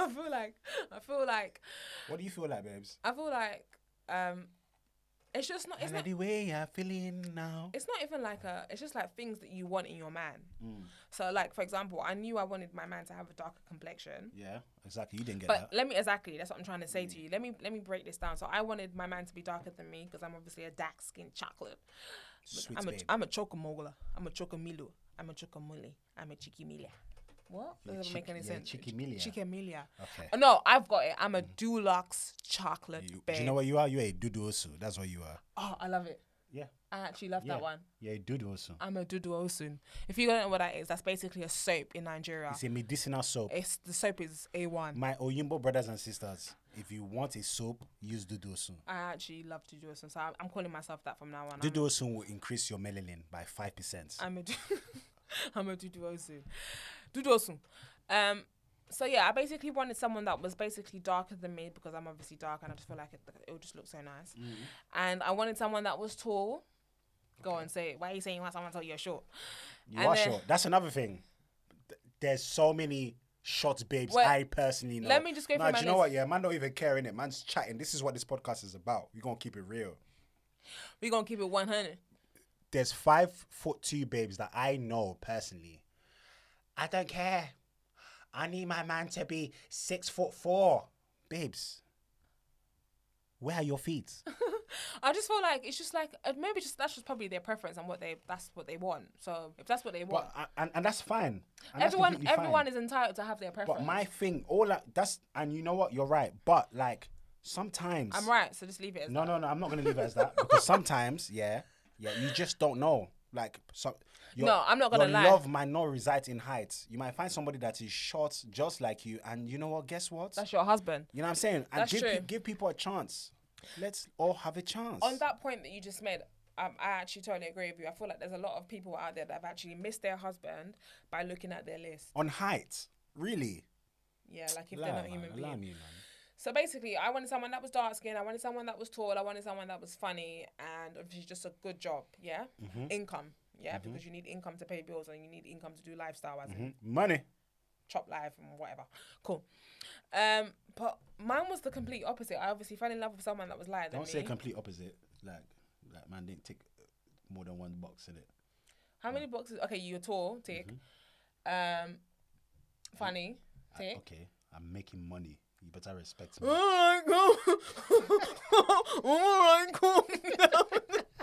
A: I feel like, I feel like,
B: What do you feel like, babes?
A: I feel like, um, it's just not, it's
B: And
A: not,
B: the way I'm feeling now.
A: it's not even like a it's just like things that you want in your man
B: Mm.
A: so like for example i knew i wanted my man to have a darker complexion
B: Yeah, exactly. You didn't get
A: but
B: that.
A: let me exactly that's what i'm trying to say
B: Mm.
A: to you let me let me break this down so i wanted my man to be darker than me because i'm obviously a dark skinned chocolate But
B: Sweet
A: i'm a
B: babe.
A: i'm a chocomola i'm a chocomilo i'm a chocomole i'm a chiquimilia what that doesn't make
B: chick-
A: any
B: yeah,
A: sense
B: chiquimilia.
A: chiquimilia Uh,
B: Okay. Mm-hmm.
A: no i've got it i'm a dulux chocolate
B: You-
A: babe
B: do you know what you are? You're a doodoosu. That's what you are.
A: oh i love it
B: Yeah.
A: i actually love
B: yeah.
A: that one Uh-huh.
B: You're a doodoosu.
A: I'm a dudu osun. If you don't know what that is, that's basically a soap in Nigeria.
B: It's a medicinal soap.
A: It's the soap is A1.
B: My Oyimbo brothers and sisters, if you want a soap, use doodoosu.
A: I actually love dudu osun, so I'm, I'm calling myself that from now on. I'm,
B: Doodoosu will increase your melanin by five percent.
A: I'm a du- <laughs> I'm a dudu osun. Dudu osun. Um so yeah, I basically wanted someone that was basically darker than me because I'm obviously dark and I just feel like it, it would just look so nice.
B: Mm-hmm.
A: And I wanted someone that was tall. Go on, say it. Why are you saying you want someone tall? You're short.
B: You
A: And
B: are
A: then-
B: short. That's another thing. Th- There's so many short babes.
A: Well,
B: I personally know.
A: let me just go
B: nah,
A: through
B: do
A: my
B: you know
A: list.
B: what? Yeah, man, don't even care in it. Man's chatting. This is what this podcast is about. We're gonna keep it real.
A: We're gonna keep it 100.
B: There's five foot two babes that I know personally. I don't care. I need my man to be six foot four, babes. Where are your feet?
A: <laughs> I just feel like it's just like uh, maybe just that's just probably their preference and what they that's what they want. So if that's what they want,
B: but I- and, and that's fine. And that's
A: everyone
B: completely fine.
A: everyone is entitled to have their preference.
B: But my thing, all that, that's, and you know what, you're right. But like, Sometimes.
A: I'm right, so just leave it as
B: No,
A: that.
B: no, no. I'm not gonna leave it as that because sometimes, <laughs> yeah, yeah, you just don't know. Like, so your,
A: No, I'm not gonna
B: your
A: lie.
B: Love might not reside in height. You might find somebody that is short, just like you, and you know what? Guess what?
A: That's your husband.
B: you know what I'm saying? And
A: that's
B: give, pe-
A: true.
B: give people a chance. Let's all have a chance.
A: on that point that you just made, um, I actually totally agree with you. I feel like there's a lot of people out there that have actually missed their husband by looking at their list.
B: On height, really?
A: Yeah, like if
B: Lie,
A: they're not
B: man.
A: human
B: Lie
A: beings.
B: me, man.
A: So basically, I wanted someone that was dark skinned, I wanted someone that was tall, I wanted someone that was funny, and obviously just a good job, yeah?
B: Mm-hmm.
A: Income, yeah? Because you need income to pay bills and you need income to do lifestyle as in
B: Mm, Money.
A: chop life and whatever. Cool. Um, But mine was the complete opposite. I obviously fell in love with someone that was lighter than
B: Don't say
A: me.
B: complete opposite. Like, like man didn't take uh, more than one box in it.
A: How many boxes? Okay, you're tall, tick.
B: Mm-hmm.
A: Um, funny, tick.
B: Okay, I'm making money. You better respect me.
A: Alright, cool. Alright, cool.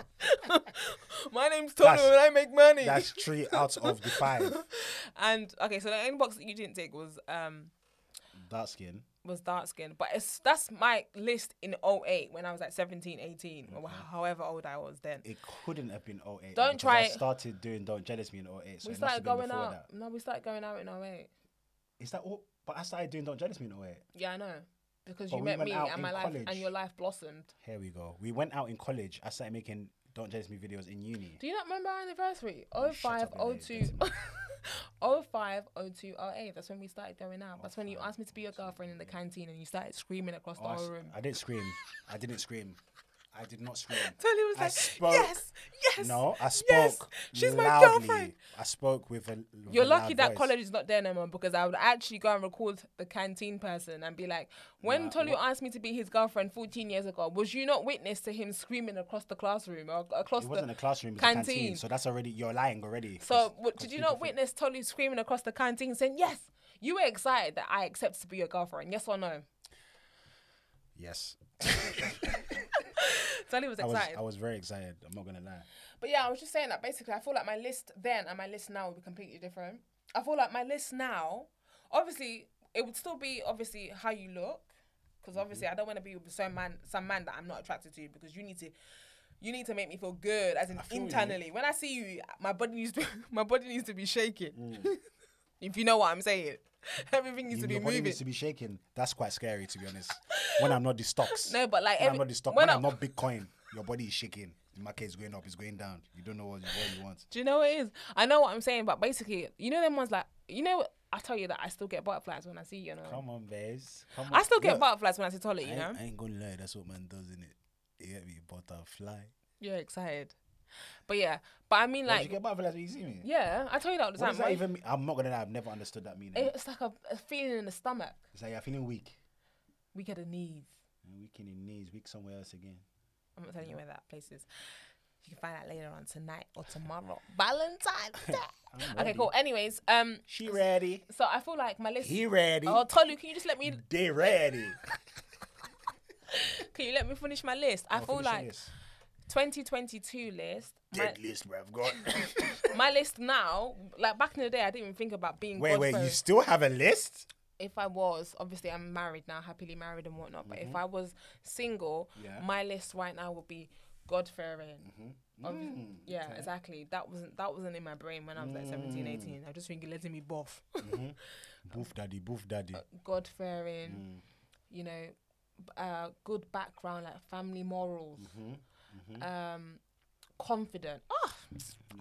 A: <laughs> My name's Tony
B: That's-
A: and I make money.
B: That's three out of the five.
A: <laughs> And okay, so the only box that you didn't take was um
B: Dark skin.
A: was dark skin, but it's that's my list in 08 when I was like 17, 18, or however old I was then.
B: It couldn't have been 08.
A: Don't
B: because
A: try
B: I
A: it.
B: started doing Don't Jealous Me in 08. So
A: we
B: it must have
A: started
B: been
A: going
B: before
A: out.
B: that.
A: No, we started going out in 08.
B: Is that all? But I started doing Don't Jealous Me in 08.
A: Yeah, I know. Because
B: But
A: you
B: we
A: met
B: went
A: me
B: out
A: and
B: in
A: my life and
B: college.
A: your life blossomed.
B: Here we go. We went out in college. I started making Don't Jealous Me videos in uni.
A: Do you not remember our anniversary?
B: Oh, shut
A: 05,
B: up, Renee,
A: <laughs> 02, 05, 02, 08. That's when we started going out. That's
B: Oh,
A: when you asked me to be your girlfriend in the canteen and you started screaming across the
B: I,
A: whole
B: s-
A: room.
B: I didn't scream. I didn't scream. I did not scream.
A: <laughs> Tony was
B: I
A: like,
B: spoke-
A: yes, yes.
B: No, I spoke.
A: yes, she's my
B: loudly.
A: girlfriend.
B: I spoke with a. with
A: You're
B: a
A: lucky
B: loud
A: that
B: voice.
A: college is not there no more because I would actually go and record the canteen person and be like, when Tolu asked me to be his girlfriend 14 years ago, was you not witness to him screaming across the classroom or across
B: It
A: the
B: wasn't a classroom, it was a canteen. So that's already. You're lying already.
A: So, what, did you not witness Tolu screaming across the canteen saying, Yes, you were excited that I accepted to be your girlfriend? Yes or no? <laughs>
B: Yes.
A: Tolu was
B: I was,
A: excited.
B: I was very excited. I'm not going to lie.
A: But yeah, I was just saying that basically, I feel like my list then and my list now would be completely different. I feel like my list now, obviously, it would still be obviously how you look, because
B: Mm-hmm.
A: obviously I don't want to be with some man, some man that I'm not attracted to, because you need to, you need to make me feel good as in
B: feel you.
A: internally. When I see you, my body needs to, <laughs> my body needs to be shaking. <laughs> if you know what I'm saying, <laughs> everything needs to be
B: Mm. Your body
A: moving.
B: needs to be shaking. That's quite scary, to be honest. when I'm not the stocks.
A: No, but like
B: when
A: every-
B: I'm not the stock.
A: when
B: When,
A: I-
B: I'm not Bitcoin, your body is shaking. The market is going up. It's going down. You don't know what you, what you want.
A: Do you know what it is? I know what I'm saying, but basically, you know them ones like, you know, I tell you that I still get butterflies when I see you. you know?
B: Come on, babes. Come on.
A: I still get
B: Look,
A: butterflies when I see Tolu,
B: I
A: you
B: ain't,
A: know?
B: I ain't gonna lie. That's what man does, isn't it? You get me butterfly.
A: You're excited. But yeah, but I mean,
B: Like, you
A: like,
B: get butterflies when you see me.
A: yeah, I tell you that all the
B: What
A: time.
B: does that
A: right?
B: even mean? I'm not gonna lie. I've never understood that meaning.
A: It's like a, a feeling in the stomach.
B: it's like you're feeling weak.
A: We get a knees.
B: And weak in the knees. Weak somewhere else again.
A: I'm not telling you where that place is. You can find out later on tonight or tomorrow.
B: <laughs>
A: Valentine's Day. okay, cool. Anyways, um,
B: She ready.
A: so I feel like my list.
B: He ready.
A: Oh, Tolu, can you just let me?
B: They ready.
A: Can you let me finish my list? I feel
B: Finishing
A: like
B: this.
A: 2022 list. My,
B: dead list, bruv. Go on.
A: my list now, like back in the day, I didn't even think about being.
B: Wait, wait, you
A: godparent.
B: still have a list?
A: if I was obviously I'm married now, happily married and whatnot, but if I was single,
B: Mm-hmm. Yeah. Mm-hmm.
A: my list right now would be God fearing.
B: Mm.
A: yeah, exactly. That wasn't that wasn't in my brain when I was like
B: Mm.
A: 17, 18. I was just thinking letting me buff.
B: Boof daddy, boof daddy.
A: God
B: Mm.
A: fearing, you know, b- uh, good background, like family morals.
B: Mm-hmm.
A: Um confident. Oh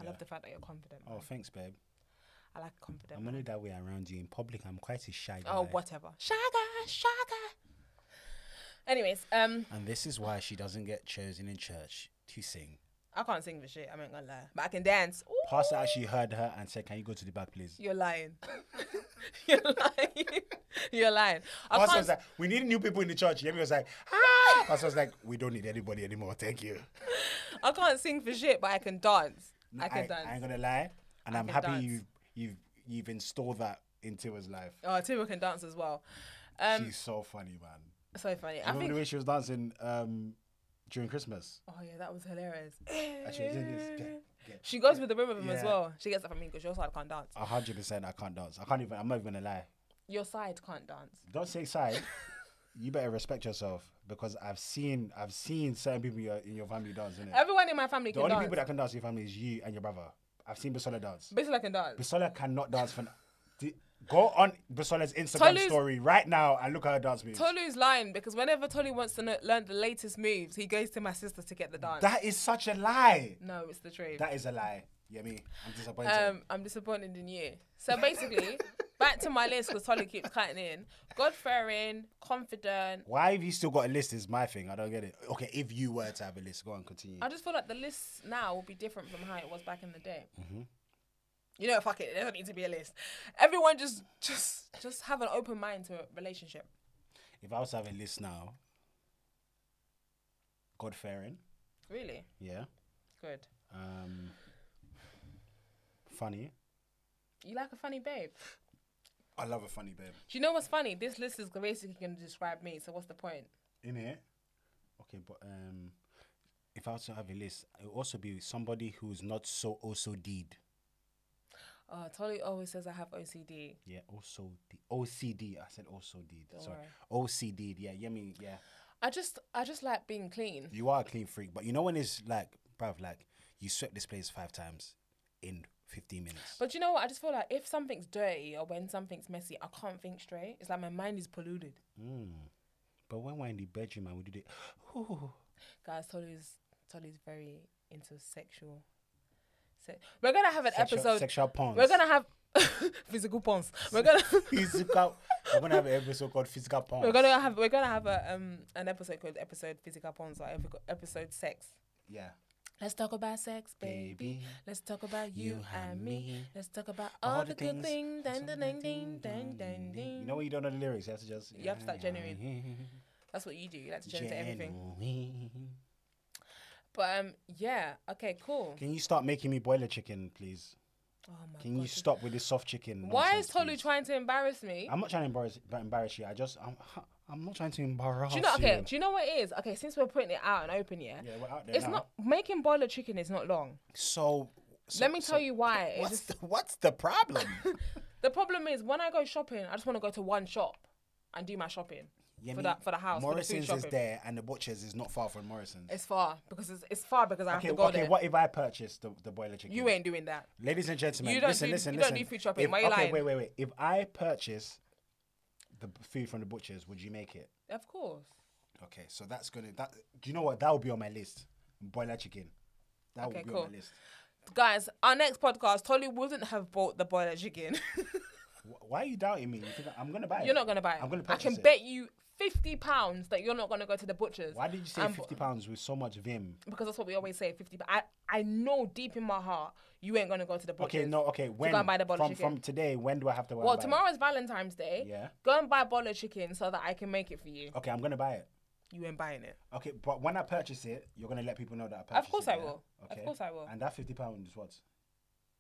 A: I love the fact that you're confident.
B: Oh, thanks, babe.
A: I like confident.
B: I'm only that way around you in public. I'm quite a shy guy.
A: oh, whatever. Shaga, shaga. Anyways, um
B: And this is why she doesn't get chosen in church to sing.
A: I can't sing for shit. I'm not gonna lie, but I can dance. Ooh,
B: Pastor actually heard her and said, "Can you go to the back, please?"
A: you're lying. <laughs> you're lying. <laughs> you're lying. I
B: Pastor
A: can't.
B: was like, "We need new people in the church." Yemi was like, "Ah!" Pastor was like, "We don't need anybody anymore. Thank you."
A: I can't sing for shit, but I can dance. I can
B: I ain't
A: dance.
B: gonna lie, and I am
A: can
B: happy
A: dance.
B: you you've you've installed that into his life.
A: Oh, Tua can dance as well. Um,
B: She's so funny, man.
A: so funny. I
B: Remember
A: think.
B: the way she was dancing um, during Christmas?
A: Oh yeah, that was hilarious.
B: Actually, it is- get- get-
A: She goes with the rhythm of him as
B: Yeah.
A: well. She gets that from me because your side can't dance.
B: A hundred percent. I can't dance. I can't even. I'm not even gonna lie.
A: Your side can't dance. <laughs>
B: Don't say side. you better respect yourself because I've seen I've seen certain people in your, in your family dance. Innit?
A: Everyone in my family
B: the
A: can
B: only
A: dance.
B: people that can dance in your family is you and your brother. I've seen Bisola dance.
A: Basically, I can dance.
B: Bisola cannot dance for. Di- Go on Bisola's Instagram
A: Tolu's-
B: story right now and look at her dance moves.
A: Tolu's lying because whenever Tolu wants to kn- learn the latest moves, he goes to my sister to get the dance.
B: That is such a lie.
A: no, it's the truth.
B: That is a lie. Yeah, me. I'm disappointed.
A: Um, I'm disappointed in you. So
B: <laughs>
A: basically, back to my list because Tolu keeps cutting in. Godferin, confident.
B: Why have you still got a list? Is my thing. I don't get it. Okay, if you were to have a list, go on, continue.
A: I just feel like the list now will be different from how it was back in the day.
B: Mm-hmm.
A: You know, fuck it. There doesn't need to be a list. Everyone just, just, just have an open mind to a relationship.
B: If I was to have a list now, Godfarin,
A: Really
B: yeah,
A: good.
B: um, funny.
A: You like a funny babe.
B: I love a funny babe.
A: Do you know what's funny? This list is basically going to describe me. So what's the point?
B: In it, okay, but um, if I was to have a list, it would also be somebody who's not so also deed.
A: Oh, Tolu always says I have OCD.
B: Yeah, oh, also the OCD. I said also deed. Sorry,
A: worry.
B: OCD. Yeah, yeah, I mean, yeah.
A: I just, I just like being clean.
B: You are a clean freak, but you know when it's like, bruv, like you swept this place five times in 15 minutes.
A: But you know what? I just feel like if something's dirty or when something's messy, I can't think straight. It's like my mind is polluted.
B: Mm. But when we're in the bedroom and we do the, ooh,
A: Guys, Tolu's Tolu's very into sexual. Se- we're gonna have an
B: sexual,
A: episode.
B: sexual pawns.
A: We're
B: <laughs>
A: gonna have <laughs> physical pawns. We're gonna <laughs>
B: physical. we're gonna have an episode called physical pawns.
A: we're gonna have we're gonna have a um an episode called episode physical pawns or epi- episode sex.
B: yeah,
A: Let's talk about sex, baby.
B: baby.
A: Let's talk about you, and me. Let's talk about
B: All
A: all,
B: the
A: the, good things.
B: things-
A: Dun, dun, dun, ding, dun, dun, ding.
B: You know when you don't know the lyrics, you have to just.
A: You have to start genuine. That's what you do. You like to jump to everything.
B: Genuine.
A: But um, yeah. Okay, cool.
B: Can you start making me boiler chicken, please?
A: Oh my
B: Can you
A: god.
B: stop with this soft chicken?
A: Why
B: nonsense,
A: is Tolu
B: please?
A: trying to embarrass me?
B: I'm not trying to embarrass, but embarrass you. I just, I'm, <laughs> I'm not trying to embarrass
A: Do you know? Okay. Do you know what it is? Okay, since we're putting it out and open, yeah.
B: Yeah, we're out there
A: It's
B: now.
A: not making boiler chicken is not long.
B: So, so-
A: Let me
B: so
A: tell you
B: <laughs>
A: why. It's
B: What's
A: just,
B: the, what's
A: <laughs>
B: the problem?
A: the problem is when I go shopping, I just want to go to one shop and do my shopping
B: Yeah,
A: for
B: me-
A: that for the house. for the food
B: Morrison's is
A: shopping.
B: there, and the butcher's is not far from Morrison's.
A: It's far because it's, it's far because I have
B: okay,
A: to go
B: okay.
A: there.
B: What if I purchase the, the boiler chicken?
A: You ain't doing that.
B: Ladies and gentlemen,
A: You don't
B: listen,
A: do-
B: listen,
A: you don't
B: listen.
A: do food shopping.
B: If-
A: Why you
B: okay,
A: lying?
B: wait, wait, wait. If I purchase the b- food from the butcher's, would you make it?
A: Of course.
B: Okay, so that's gonna. That do you know what? That will be on my list. Boiler chicken. That
A: Okay,
B: will be on
A: cool.
B: my list.
A: Guys, our next podcast, Tolu wouldn't have bought the boiler chicken. <laughs>
B: Wh- Why are you doubting me? You think I- I'm gonna buy it?
A: You're not gonna buy it.
B: I'm gonna
A: I
B: purchase
A: can
B: it.
A: bet you fifty pounds that you're not gonna go to the butcher's.
B: Why did you say
A: and bu-
B: fifty pounds with so much vim?
A: Because that's what we always say, fifty. But I, I know deep in my heart you ain't gonna go to the butcher's.
B: Okay, no, okay. When
A: go and buy the boiler
B: from
A: chicken.
B: from today, when do I have to?
A: Well, tomorrow's Valentine's Day.
B: Yeah.
A: Go and buy boiler chicken so that I can make it for you.
B: Okay, I'm gonna buy it.
A: You ain't buying it.
B: Okay, but when I purchase it, you're gonna let people know that I purchased it.
A: course I
B: yeah?
A: will. Of
B: Okay.
A: course I will.
B: And that fifty pound is what?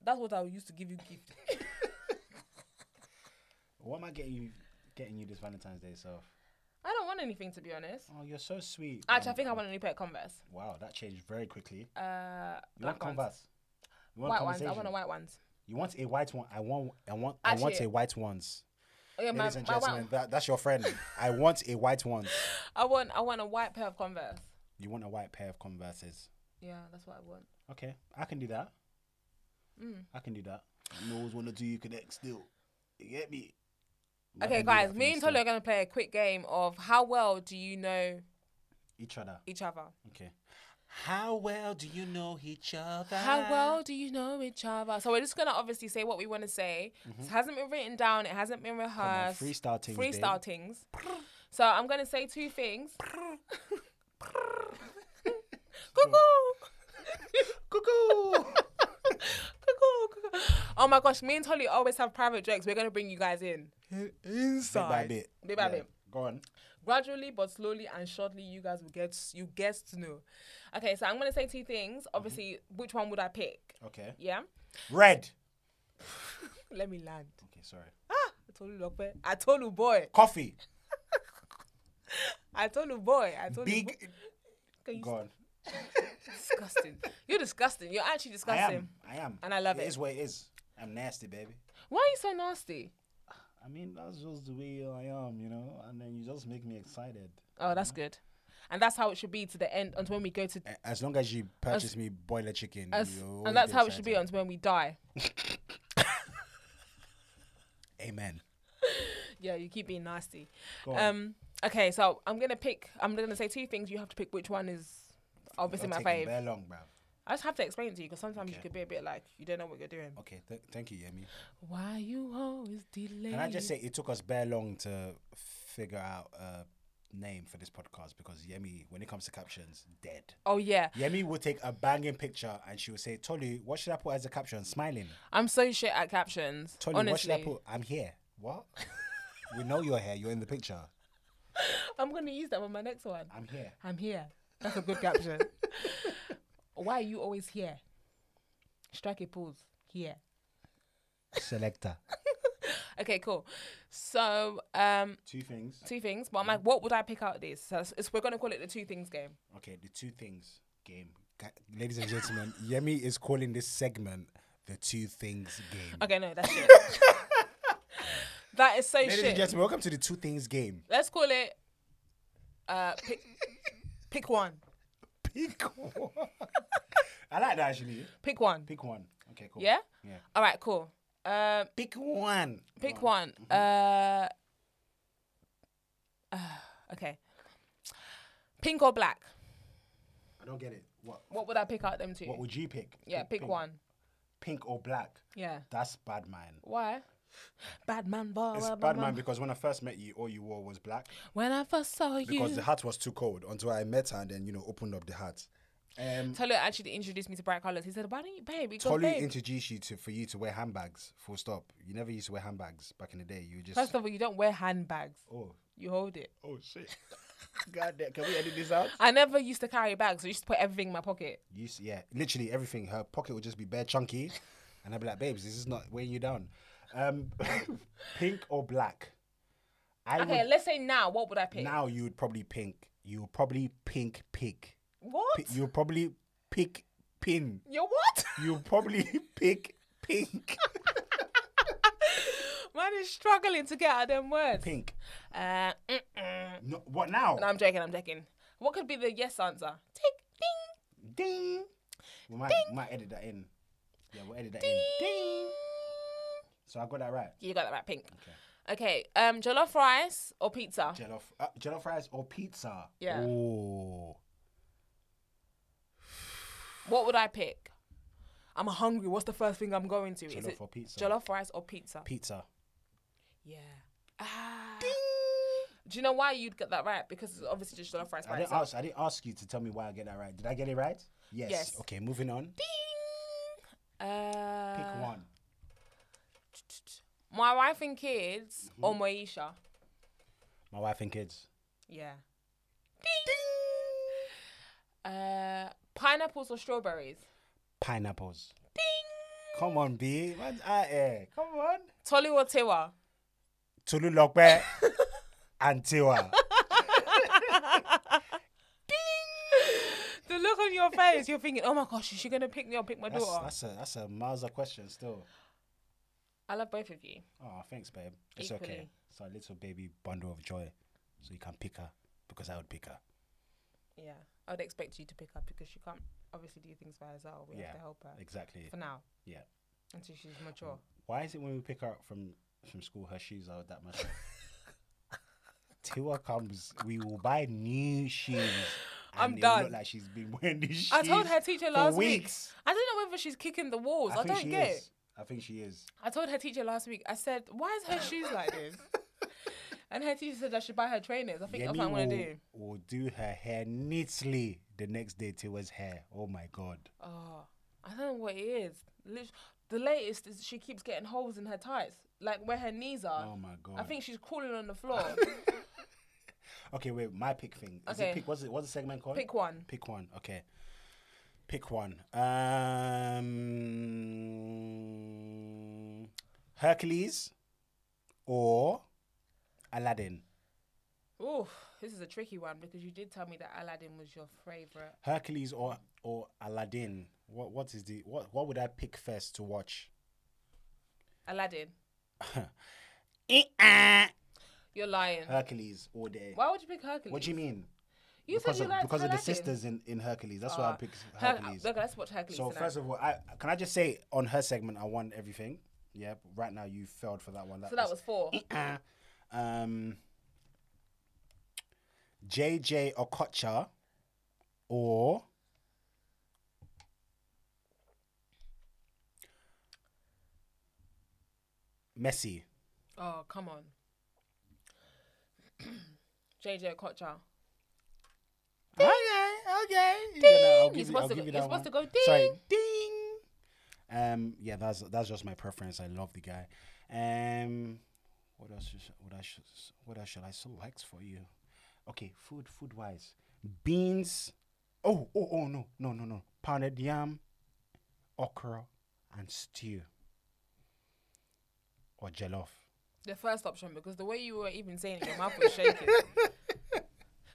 A: That's what I used to give you gift.
B: What am I getting you? Getting you this Valentine's Day stuff?
A: <laughs> I don't want anything to be honest.
B: Oh, you're so sweet.
A: Actually, I
B: Um,
A: think I want a new pair of Converse.
B: Wow, that changed very quickly.
A: Uh,
B: You want
A: black ones.
B: Converse? You want
A: White ones. I
B: conversation?
A: want a white ones.
B: You want a white one? I want. I want. I want
A: Actually-
B: a white ones.
A: Oh, yeah, my,
B: Ladies and
A: my
B: gentlemen,
A: white,
B: that, that's your friend. I want a white ones.
A: I want. I want a white pair of Converse.
B: You want a white pair of Converses?
A: Yeah, that's what I want.
B: Okay, I can do that.
A: Hmm.
B: I can do that. No one's wanna do you connect still. You get me? I
A: Okay,
B: can do that
A: guys,
B: for
A: me
B: you
A: and
B: still.
A: Tolu are gonna play a quick game of how well do you know
B: Each other.
A: each other?
B: Okay. How well do you know each other?
A: How well do you know each other? So we're just gonna obviously say what we want to say. It hasn't been written down. It hasn't been rehearsed.
B: Mm-hmm. freestyle things, babe.
A: Freestyle things. So I'm gonna say two things. <laughs> Cuckoo.
B: <laughs> Cuckoo!
A: Cuckoo, cuckoo. Oh my gosh, me and Tolly always have private jokes. We're gonna bring you guys in.
B: bit by
A: Inside.
B: bit.
A: Bit by
B: Yeah,
A: bit.
B: Go on.
A: gradually but slowly and shortly you guys will get you get to know okay so i'm gonna say two things obviously which one would i pick
B: Okay.
A: yeah
B: Red.
A: let me land
B: Okay, sorry.
A: i told you Lope. i told you boy
B: Coffee.
A: i told you boy i told you
B: Big.
A: boy. Can you
B: Go on.
A: disgusting you're disgusting you're actually
B: I
A: disgusting
B: am. I am.
A: And I love it.
B: It is what it is. I'm nasty, baby.
A: why are you so nasty
B: I mean, that's just the way I am, you know. And then you just make me excited.
A: oh that's good and that's how it should be to the end until when we go to
B: As long as you purchase me boiler chicken,
A: us,
B: you'll always
A: and that's how it
B: excited.
A: should be until when we die.
B: Amen.
A: Yeah, you keep being nasty.
B: Go on.
A: Um, okay, so I'm gonna pick. I'm gonna say two things. You have to pick which one is obviously
B: Not
A: my
B: taking
A: fave.
B: Very long, bruv.
A: I just have to explain it to you because sometimes you
B: Okay. Oh.
A: could be a bit like you don't know what you're doing.
B: Okay, th- thank you, Yemi.
A: Why you always delay?
B: Can I just say it took us very long to figure out a name for this podcast because Yemi, when it comes to captions, dead.
A: Oh yeah,
B: Yemi will take a banging picture and she will say, Tolu, what should I put as a caption? Smiling.
A: I'm so shit at captions.
B: Tolu, what should I
A: honestly,
B: put? I'm here. What? <laughs> we know you're here. You're in the picture.
A: I'm gonna use that on my next one.
B: I'm here.
A: I'm here. That's a good caption. <laughs> Why are you always here? Strike a pose. Here.
B: Selector.
A: Okay, cool. So, um,
B: Two things.
A: two things. But I'm like, what would I pick out of this? So it's, it's- we're gonna call it the two things game.
B: Okay, the two things game. Ca- Ladies and gentlemen, Yemi is calling this segment the two things game.
A: Okay, no, that's <laughs> shit. that is so
B: Ladies and
A: shit.
B: gentlemen, welcome to the two things game.
A: Let's call it. Uh, pick, pick one.
B: Pick one. <laughs> I like that actually.
A: Pick one.
B: Pick one. Okay, cool.
A: yeah.
B: Yeah.
A: All right. Cool. Um,
B: Pick one.
A: pick one.
B: Mm-hmm.
A: Uh, uh, <sighs> okay. Pink or black?
B: I don't get it. What?
A: What would I pick out them two?
B: What would you pick?
A: yeah, pick
B: pink.
A: one.
B: Pink or black?
A: Yeah.
B: That's bad, man.
A: Why? Bad man, boy.
B: It's
A: bad
B: bad,
A: man.
B: man, because when I first met you, all you wore was black
A: When I first saw
B: because
A: you.
B: the hat was too cold. Until I met her and then you know opened up the hat. Um,
A: Tolu actually introduced me to bright colors. He said, "Why don't you, babe? Because
B: Tolu
A: babe,
B: introduced you to for you to wear handbags. Full stop. You never used to wear handbags back in the day. You just
A: first of all, you don't wear handbags.
B: oh
A: You hold it.
B: oh shit. <laughs> God damn, can we edit this out?
A: I never used to carry bags. I used to put everything in my pocket.
B: You s yeah, literally everything. Her pocket would just be bare chunky, <laughs> and I'd be like, "Babes, this is not weighing you down." Um, <laughs> pink or black? I
A: Okay,
B: would,
A: let's say now, what would I pick?
B: now you would probably pink. You would probably pink pick.
A: what?
B: Pi- You would probably pick pin.
A: You're what? <laughs>
B: You would probably <laughs> pick pink.
A: Man is struggling to get out them words.
B: Pink.
A: Uh, mm-mm.
B: No, what now?
A: no, I'm joking. I'm joking. What could be the yes answer? Tick, ding,
B: Ding. We might, we might edit that in. Yeah, we'll edit that in.
A: ding.
B: So I got that right.
A: You got that right, pink. Okay. um, jollof rice or pizza?
B: Jello, f- uh, jello fries or pizza? Oh,
A: Yeah.
B: Ooh.
A: what would I pick? I'm hungry. What's the first thing I'm going to? Is
B: Jollof
A: it
B: or pizza?
A: jollof rice or pizza?
B: Pizza.
A: yeah. Ah. Do you know why you'd get that right? Because it's obviously just jollof rice.
B: I
A: by
B: didn't
A: itself.
B: ask. I didn't ask you to tell me why I get that right. Did I get it right? Yes.
A: Yes.
B: Okay, moving on.
A: Uh,
B: Pick one.
A: My wife and kids
B: Mm-hmm.
A: or Moesha?
B: My wife and kids.
A: Yeah. Ding. Uh, pineapples or strawberries?
B: Pineapples. Ding. Come on, B. What's out here? Come on.
A: Tolu or Tewa?
B: Tulu
A: <laughs>
B: Lokbe and Tiwa.
A: <gasps> The look on your face, you're thinking, oh my gosh, is she going to pick me or pick my
B: That's,
A: daughter?
B: that's a that's a Mazda question still.
A: I love both of you.
B: Oh, thanks, babe. It's okay.
A: Equally.
B: It's a little baby bundle of joy, so you can pick her because I would pick her.
A: Yeah. I would expect you to pick up because she can't obviously do things by herself. We
B: yeah.
A: have to help her
B: Exactly.
A: for now
B: Yeah.
A: until she's mature.
B: Why is it when we pick her up from from school, her shoes are that
A: <laughs>
B: much? Tiwa comes, we will buy new shoes. and
A: I'm
B: it will
A: done.
B: Look like she's been wearing these shoes.
A: I told her teacher
B: for
A: last
B: weeks.
A: week. I don't know whether she's kicking the walls. I,
B: think
A: don't
B: she
A: get
B: is.
A: it.
B: I think she is.
A: I told her teacher last week, I said, why is her shoes like
B: <laughs>
A: this? And her teacher said I should buy her trainers. I think that's what I'm going to do.
B: will, will do her hair neatly the next day. Tiwa's hair. Oh my god.
A: Oh, I don't know what it is. Lit- The latest is she keeps getting holes in her tights, like where her knees are.
B: Oh my god.
A: I think she's crawling on the
B: <laughs>
A: floor.
B: Okay, wait. My pick thing. Is it
A: Okay.
B: pick? What's it? What's the segment called?
A: Pick one.
B: Pick one. Okay. Pick one. Um, Hercules or Aladdin.
A: Ooh, this is a tricky one because you did tell me that Aladdin was your favorite.
B: Hercules or or Aladdin. What what is the what what would I pick first to watch?
A: Aladdin,
B: Eh, ah.
A: you're lying.
B: Eh, Hercules all day.
A: Why would you pick Hercules?
B: What Uh, do you mean?
A: You
B: because
A: said you
B: of,
A: liked
B: because of the
A: Aladdin.
B: sisters in, in Hercules. That's why I
A: Ah,
B: picked
A: Her-
B: Hercules.
A: okay, let's watch Hercules.
B: So
A: tonight.
B: first of all, I can I just say on her segment I won everything. Yeah, but right now you failed for that one.
A: so that was
B: <clears throat>
A: four.
B: um JJ Okocha or Messi.
A: Oh, come on. <clears throat> JJ Kocha.
B: Okay, okay. Ding.
A: You're supposed to go- you're supposed to go
B: Sorry,
A: ding.
B: ding. Um, yeah, that's that's just my preference. I love the guy. Um, what else? Should, what I should, what else should I select for you? Okay, food, food wise, beans. Oh, oh, oh, no, no, no, no. Pounded yam, okra, and stew, or jollof.
A: The first option because the way you were even saying it, your mouth was
B: <laughs>
A: shaking.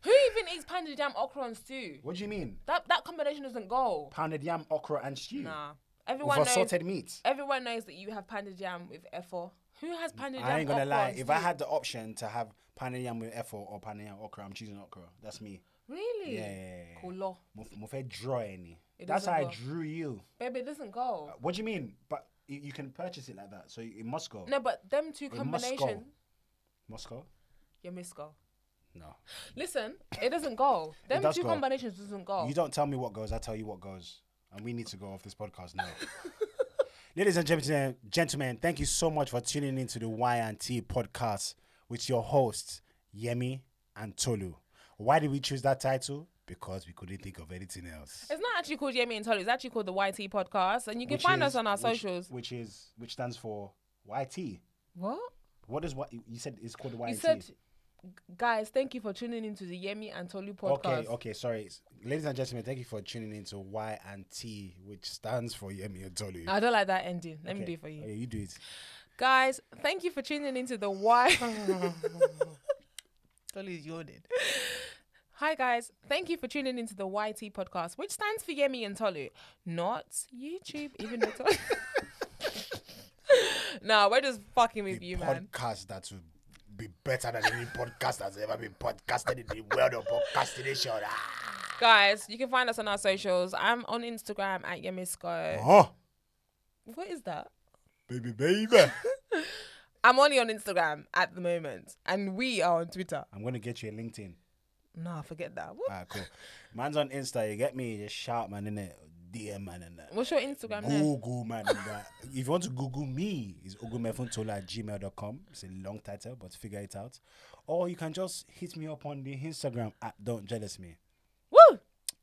A: Who even eats pounded yam, okra, and stew?
B: What do you mean?
A: That that combination doesn't go.
B: Pounded yam, okra, and stew.
A: Nah.
B: With
A: Everyone
B: a
A: knows.
B: salted meat.
A: Everyone knows that you have pounded yam with F4. Who has pounded yam?
B: I ain't gonna
A: okra,
B: lie.
A: and
B: If I
A: stew?
B: had the option to have panayam with effort or panayam okra, I'm choosing okra. That's me.
A: Really?
B: Yeah, yeah, yeah, yeah.
A: Cool. law.
B: Mo- mo fe draw any.
A: It
B: That's how
A: doesn't
B: I
A: work.
B: drew you.
A: Baby, it doesn't go.
B: What do you mean? But you, you can purchase it like that, so it must go.
A: No, but them two
B: it must go.
A: combination,
B: Must go.
A: you miss go.
B: No.
A: Listen, it doesn't go. Them
B: does
A: two
B: go.
A: combinations doesn't go.
B: You don't tell me what goes. I tell you what goes, and we need to go off this podcast now. <laughs> Ladies and gentlemen, gentlemen, thank you so much for tuning in to the YNT podcast with your hosts, Yemi and Tolu. Why did we choose that title? Because we couldn't think of anything else.
A: It's not actually called Yemi and Tolu. It's actually called the YT Podcast, and you can
B: Which
A: find
B: is-
A: us on our
B: which-
A: socials.
B: Which is which stands for YT.
A: What?
B: What is what you said is called YT.
A: You said, guys, thank you for tuning into the Yemi and Tolu podcast.
B: Okay, okay, sorry. It's- Ladies and gentlemen, thank you for tuning in to Y and T, which stands for Yemi and Tolu.
A: I don't like that ending. Let me
B: Okay.
A: do it for you.
B: Okay, you do it.
A: Guys, thank you for tuning into the
B: <laughs>
A: Y. <laughs> Tolu's yawning. Hi, guys. Thank you for tuning into the YT podcast, which stands for Yemi and Tolu, not YouTube, even though Tolu. <laughs> no, we're just fucking with you, man.
B: podcast that will be better than any podcast that's ever been podcasted in the world of podcastination. Ah.
A: Guys, you can find us on our socials. I'm on Instagram at Yemisco.
B: Oh,
A: What is that?
B: baby, <laughs> baby.
A: I'm only on Instagram at the moment, and we are on Twitter.
B: I'm gonna get you a LinkedIn.
A: Nah, forget that. What?
B: Ah, cool. Man's on Insta. You get me? Just shout, man, in it. DM, man, in it.
A: What's your Instagram name?
B: Google man. and that. if you want to Google me, it's ogumefuntola at gmail.com. It's a long title, but figure it out. Or you can just hit me up on the Instagram at Don't Jealous Me,
A: Woo!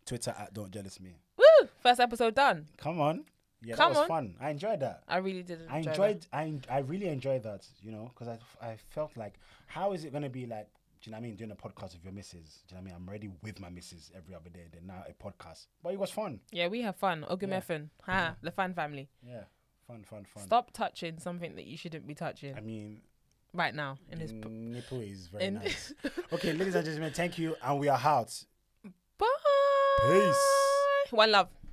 B: Twitter at Don't Jealous Me.
A: Woo! First episode done.
B: Come on. Yeah,
A: Come
B: that
A: on.
B: was fun. I enjoyed that.
A: I really did enjoy
B: I enjoyed, I, en- I really enjoyed that, you know, because I, I felt like, how is it going to be like, do you know what I mean, doing a podcast with your missus? Do you know what I mean? I'm already with my missus every other day, then now a podcast. But it was fun.
A: That. Yeah, we have fun. Ogumefun. Ha, the fan family.
B: Yeah, fun, fun, Mm-hmm. fun.
A: Stop touching something that you shouldn't be touching
B: I mean,
A: right now in
B: Mm.
A: this. p-
B: Nipple is very
A: in- <laughs>
B: nice. okay, ladies and gentlemen, thank you, and we are out.
A: Bye.
B: Peace.
A: One love.